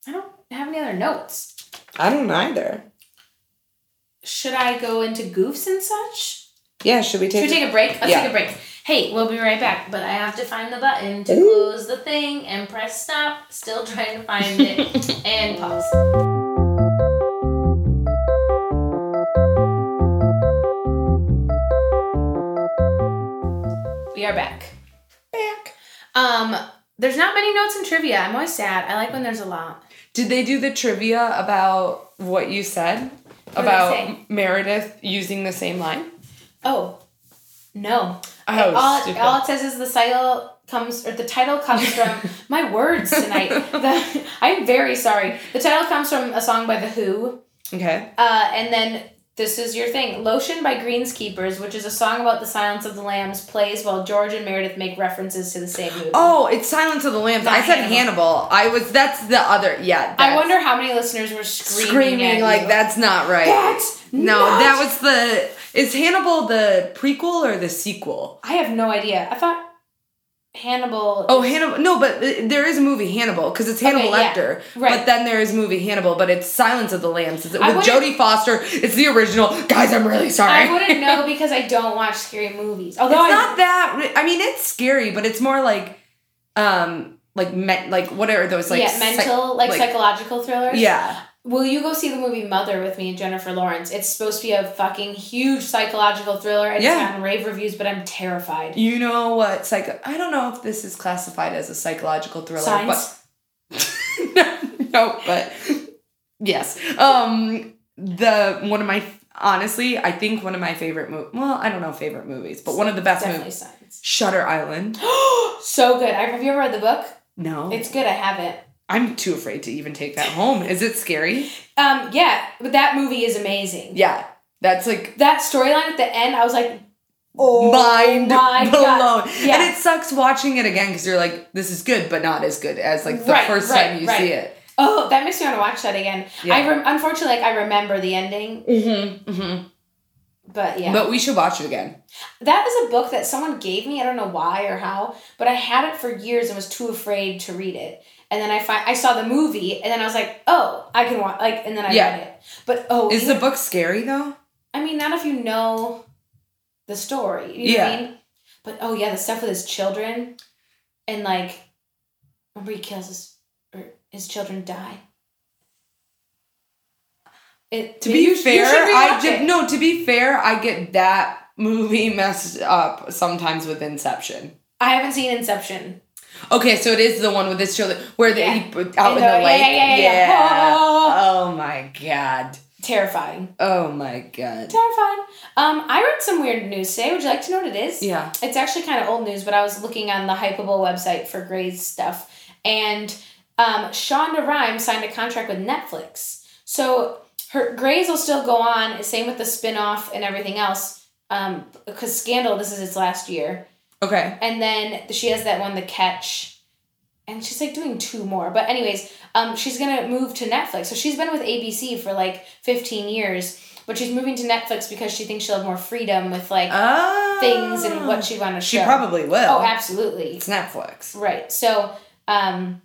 I don't have any other notes.
I don't either.
Should I go into goofs and such?
Yeah, should we
Should
take?
we take a break? Let's
Yeah.
take a break. Hey, we'll be right back, but I have to find the button to
Ooh.
close the thing and press stop. Still trying to
<laughs>
find it and pause. We are back.
back?
Um, there's not many notes in trivia. I'm always sad. I like when there's a lot.
Did they do the trivia about what you said
did I say?
about Meredith using the same line?
Oh, no.
Oh,
all,
stupid.
all it says is the title comes or the title
<laughs>
comes from my words tonight. The- I'm very sorry. The title comes from a song by The Who.
okay.
Uh, and then this is your thing. Lotion by Greenskeepers, which is a song about the Silence of the Lambs, plays while George and Meredith make references to the same movie.
Oh, it's Silence of the Lambs.
Not
I said Hannibal.
Hannibal.
I was. That's the other. Yeah.
I
that's-
wonder how many listeners were screaming,
Screaming
at
like
you.
that's not right.
That's
no,
not-
that was the. Is Hannibal the prequel or the sequel?
I have no idea. I thought Hannibal.
Oh, Hannibal. No, but uh, there is a movie Hannibal because it's Hannibal
Okay, yeah,
Lecter.
right.
But then there is movie Hannibal, but it's Silence of the Lambs. It's with
I wouldn't-
Jodie Foster. It's the original. Guys, I'm really sorry.
I wouldn't
<laughs>
know because I don't watch scary movies. Although
It's
I,
not that. ri- I mean, it's scary, but it's more like, um, like me- like what are those like?
yeah,
psych-
mental, like, psychological thrillers.
Yeah.
Will you go see the movie Mother with me and Jennifer Lawrence? It's supposed to be a fucking huge psychological thriller and
Yeah.
it's gotten rave reviews, but I'm terrified.
You know what? Psycho. I don't know if this is classified as a psychological thriller,
Signs.
but <laughs> no, no, but yes. Um, the one of my honestly, I think one of my favorite mo Well, I don't know favorite movies, but one of the best
Definitely
movies.
signs.
Shutter Island.
<gasps> so good. I, have you ever read the book?
No,
It's good. I haven't.
I'm too afraid to even take that home. Is it scary?
Um, yeah, but that movie is amazing.
Yeah, that's like
That storyline at the end, I was like, oh
mind
my God.
blown.
Yeah.
And it sucks watching it again because you're like, this is good, but not as good as like the
Right,
first
right,
time you
right.
see it.
Oh, that makes me want to watch that again.
Yeah.
I rem- unfortunately, like I remember the ending,
Mm-hmm. Mm-hmm.
but yeah,
But we should watch it again.
that is a book that someone gave me. I don't know why or how, but I had it for years and was too afraid to read it. And then I find I saw the movie, and then I was like, oh, I can watch like, and then I
Yeah.
read it. But oh,
Is
you-
the book scary though?
I mean, not if you know the story. You know what I
Yeah.
mean? But oh yeah, the stuff with his children, and like, remember he kills his or his children die. It,
To
you-
be
you should
fair, I
rewatch
did
it.
no. To be fair, I get that movie <laughs> messed up sometimes with Inception.
I haven't seen Inception.
Okay, so it is the one with his children where they
Yeah.
out in the,
Yeah, yeah,
lake.
yeah, yeah, yeah. <laughs>
Oh. my god.
Terrifying.
Oh my god.
Terrifying. Um, I read some weird news today. Would you like to know what it is?
Yeah.
It's actually kind of old news, but I was looking on the Hypeable website for Gray's stuff, and um, Shonda Rhimes signed a contract with Netflix. So her Gray's will still go on. Same with the spinoff and everything else. Um, because Scandal, this is its last year,
Okay.
and then she has that one, The Catch, and she's like doing two more. But anyways, um, she's gonna move to Netflix. So she's been with ABC for like fifteen years, but she's moving to Netflix because she thinks she'll have more freedom with like
Oh.
things and what she want to
She
show.
probably will.
Oh, absolutely.
It's Netflix.
Right. So, um,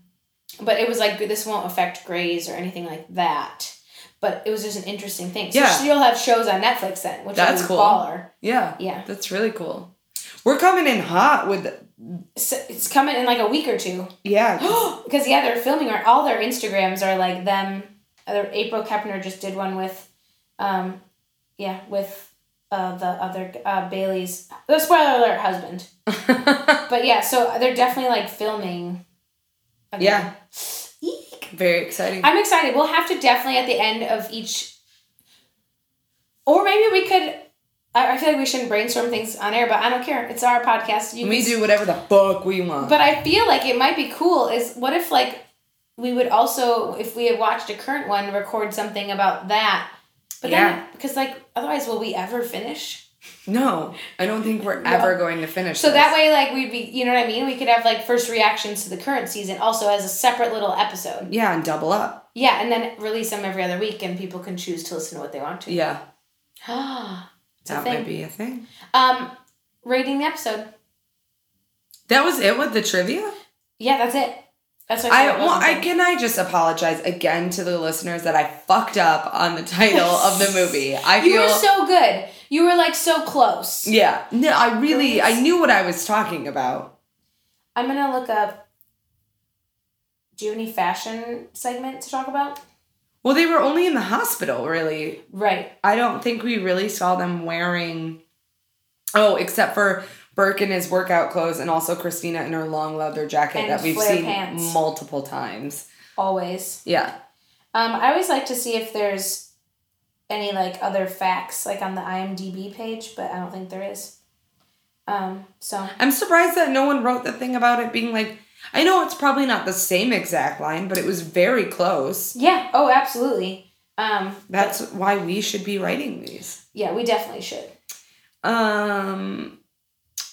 but it was like this won't affect Grays or anything like that. But it was just an interesting thing. So
Yeah.
she'll have shows on Netflix then, which
That's
is
cool.
baller.
Yeah.
Yeah.
That's really cool. We're coming in hot with
So it's coming in like a week or two. <gasps>
yeah. <laughs> 'cause-
Because yeah, they're filming our, all their Instagrams are like them. Other April Kepner just did one with, um, yeah, with uh, the other uh, Bailey's. The spoiler alert, husband. But yeah, so they're definitely like filming.
Yeah.
Eek.
Very exciting.
I'm excited. We'll have to definitely at the end of each, or maybe we could. I, I feel like we shouldn't brainstorm things on air, but I don't care. It's our podcast. You
we
can-
do whatever the fuck we want.
But I feel like it might be cool. Is what if like we would also if we had watched a current one record something about that. But
Yeah.
then because like otherwise will we ever finish?
no, I don't think we're ever going to finish.
So
this.
that way, like we'd be, you know what I mean. We could have like first reactions to the current season, also as a separate little episode.
yeah, and double up.
Yeah, and then release them every other week, and people can choose to listen to what they want to.
Yeah,
<gasps> Ah, it's a
that
thing.
might be a thing.
Um, rating the episode.
That was it with the trivia.
Yeah, that's it. That's what I,
I
said it
well,
wasn't
I
good.
can I just apologize again to the listeners that I fucked up on the title of
<laughs>
the movie. I
You
feel
were so good. You were like so close.
yeah. No, I really I knew what I was talking about.
I'm gonna look up. Do you have any fashion segment to talk about?
Well, they were only in the hospital, really.
Right.
I don't think we really saw them wearing. Oh, except for Burke in his workout clothes, and also Christina in her long leather jacket
And
that we've
flare
seen
pants.
multiple times.
Always.
Yeah,
Um, I always like to see if there's any like other facts like on the IMDb page, but I don't think there is. Um, so
I'm surprised that no one wrote the thing about it being like. I know it's probably not the same exact line, but it was very close.
yeah, oh absolutely. Um,
That's why we should be writing these.
yeah, we definitely should.
Um,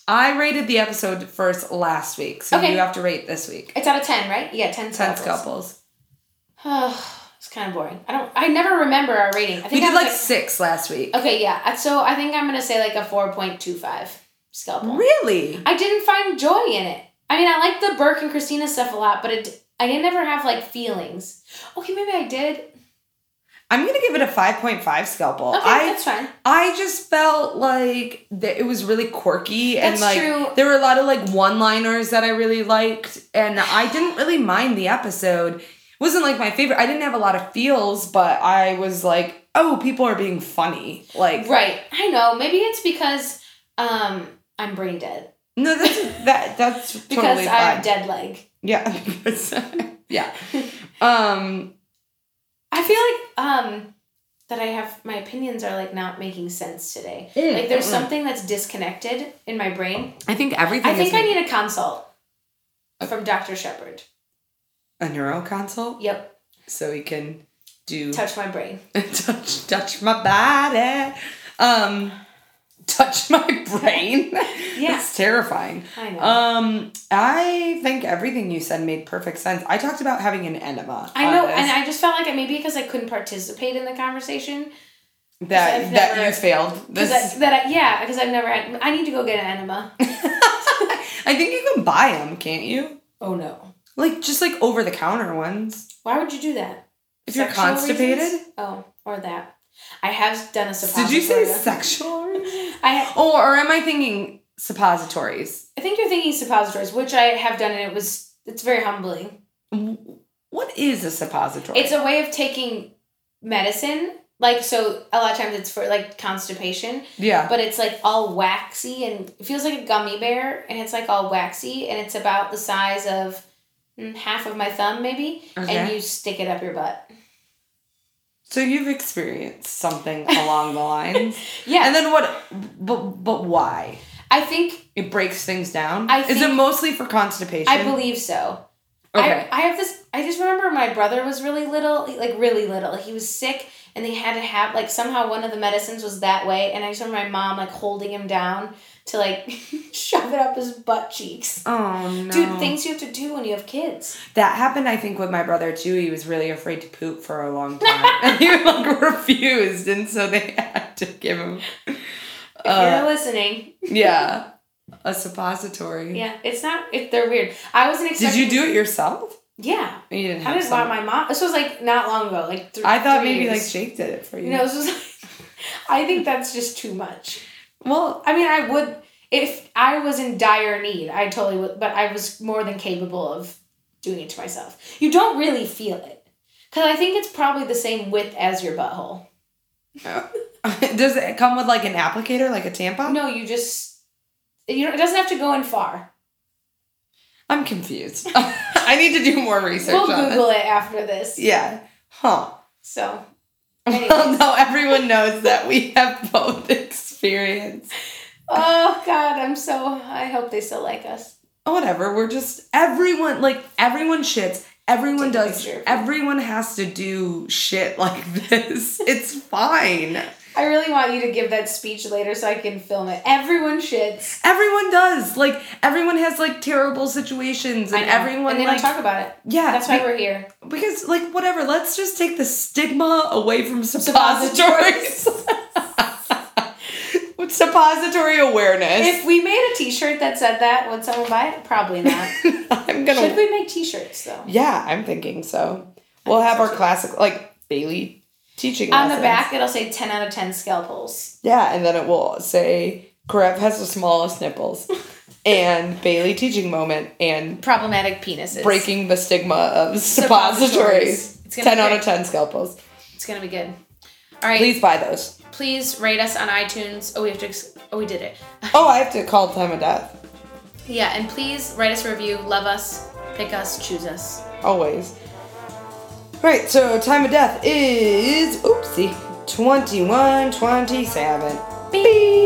I rated the episode first last week, so
Okay.
you have to rate this week.
It's out of ten, right? Yeah, ten
Tense
syllables.
couples.
<sighs> it's kind of boring. I don't. I never remember our rating. I think
We
I
did
was
like six last week.
Okay, yeah. Uh, So I think I'm gonna say like a four point two five scalpel.
Really?
I didn't find joy in it. I mean, I like the Burke and Christina stuff a lot, but it I didn't ever have like feelings. Okay, maybe I did.
I'm gonna give it a 5.5 scalpel.
Okay,
I
that's fine.
I just felt like that it was really quirky and
That's
like
true.
there were a lot of like one-liners that I really liked, and I didn't really mind the episode. It wasn't like my favorite. I didn't have a lot of feels, but I was like, oh, people are being funny. Like
Right. I know. Maybe it's because um I'm brain dead
No, that's that that's
<laughs> because
totally
I
fine.
have dead leg.
yeah. <laughs> That's-
<laughs>
yeah. Um
I feel like um that I have my opinions are like not making sense today.
Mm,
Like there's something that's disconnected in my brain.
I think everything
I think
is
I need a consult from Dr. Shepard.
a neuro consult
Yep.
so we can do
Touch my brain.
<laughs> touch touch my body. Um touch my brain. <laughs>
Yeah.
It's terrifying.
I know.
Um I think everything you said made perfect sense. I talked about having an enema.
I know,
on this,
and I just felt like I maybe because I couldn't participate in the conversation. I've
that that
never-
you failed.
Because
This <laughs>
I, that I, yeah, because I've never had. I need to go get an enema.
I think you can buy them, can't you?
oh no!
Like just like over the counter ones.
Why would you do that?
If you're
Sexual
constipated?
reasons? Oh, or that. I have done a
Did you
suppository.
say sexual? reasons?
I
oh, or am I thinking suppositories?
I think you're thinking suppositories, which I have done, and it was it's very humbling.
What is a suppository?
It's a way of taking medicine. Like so, a lot of times it's for like constipation,
yeah.
but it's like all waxy and it feels like a gummy bear and it's like all waxy and it's about the size of mm, half of my thumb maybe and
Okay.
you stick it up your butt
So you've experienced
<laughs>
something along the lines.
yeah
And then what but but why?
i think
It breaks things down?
I
is it
think-
mostly for constipation?
i believe so
Okay.
I, I have this i just remember my brother was really little like really little he was sick and they had to have like somehow one of the medicines was that way and i just remember my mom like holding him down to like <laughs> shove it up his butt cheeks
oh no.
dude things you have to do when you have kids
That happened, I think, with my brother too. He was really afraid to poop for a long
<laughs>
time. and he like refused, and so they <laughs> had to give him
if
Uh,
you're listening
Yeah. A suppository.
yeah it's not it, they're weird i wasn't
Did
expecting
you do it yourself?
Yeah.
You didn't
I
have
didn't buy
someone.
my mom. This was like not long ago, like three.
I thought
three
maybe like
years.
Jake did it for you.
you know this was. Like, <laughs> I think that's just too much.
Well, <laughs>
I mean, I would if I was in dire need. I totally would, but I was more than capable of doing it to myself. You don't really feel it, because I think it's probably the same width as your butthole.
does it come with like an applicator, like a tampon?
No, you just you know it doesn't have to go in far.
I'm confused. <laughs> I need to do more research
We'll
on
Google it after this.
this. Yeah. Huh.
So
<laughs> Well,
Anyways.
now everyone knows that we have both <laughs> experience.
Oh God, I'm so. I hope they still like us.
whatever. We're just everyone like everyone shits. Everyone
Take a
does.
picture.
Everyone has to do shit <laughs> like this. it's fine.
I really want you to give that speech later so I can film it. Everyone shits.
Everyone does. Like everyone has like terrible situations, and
I know.
everyone
and they
like
don't talk about it.
yeah.
That's why
be-
we're here.
because like whatever. Let's just take the stigma away from suppositories. <laughs> What's suppository awareness?
If we made a T-shirt that said that, would someone buy it?
<laughs>
Probably not.
I'm gonna.
Should we make T-shirts though?
Yeah, I'm thinking so. We'll have our classic like Bailey teaching
On the
lessons.
back, it'll say ten out of ten scalpels.
Yeah, and then it will say Karev has the smallest
<laughs>
nipples, and Bailey teaching moment, and
Problematic penises.
breaking the stigma of
Suppositories.
suppositories.
It's gonna
Ten
be
out
great.
of ten scalpels.
It's gonna be good. All right, please,
Please buy those.
rate us on iTunes. Oh, we have to. Ex- oh, we did it. <laughs>
Oh, I have to call time of death.
Yeah, and please write us a review. Love us, pick us, choose us.
Always. Right. So time of death is oopsie twenty one twenty seven. Beep.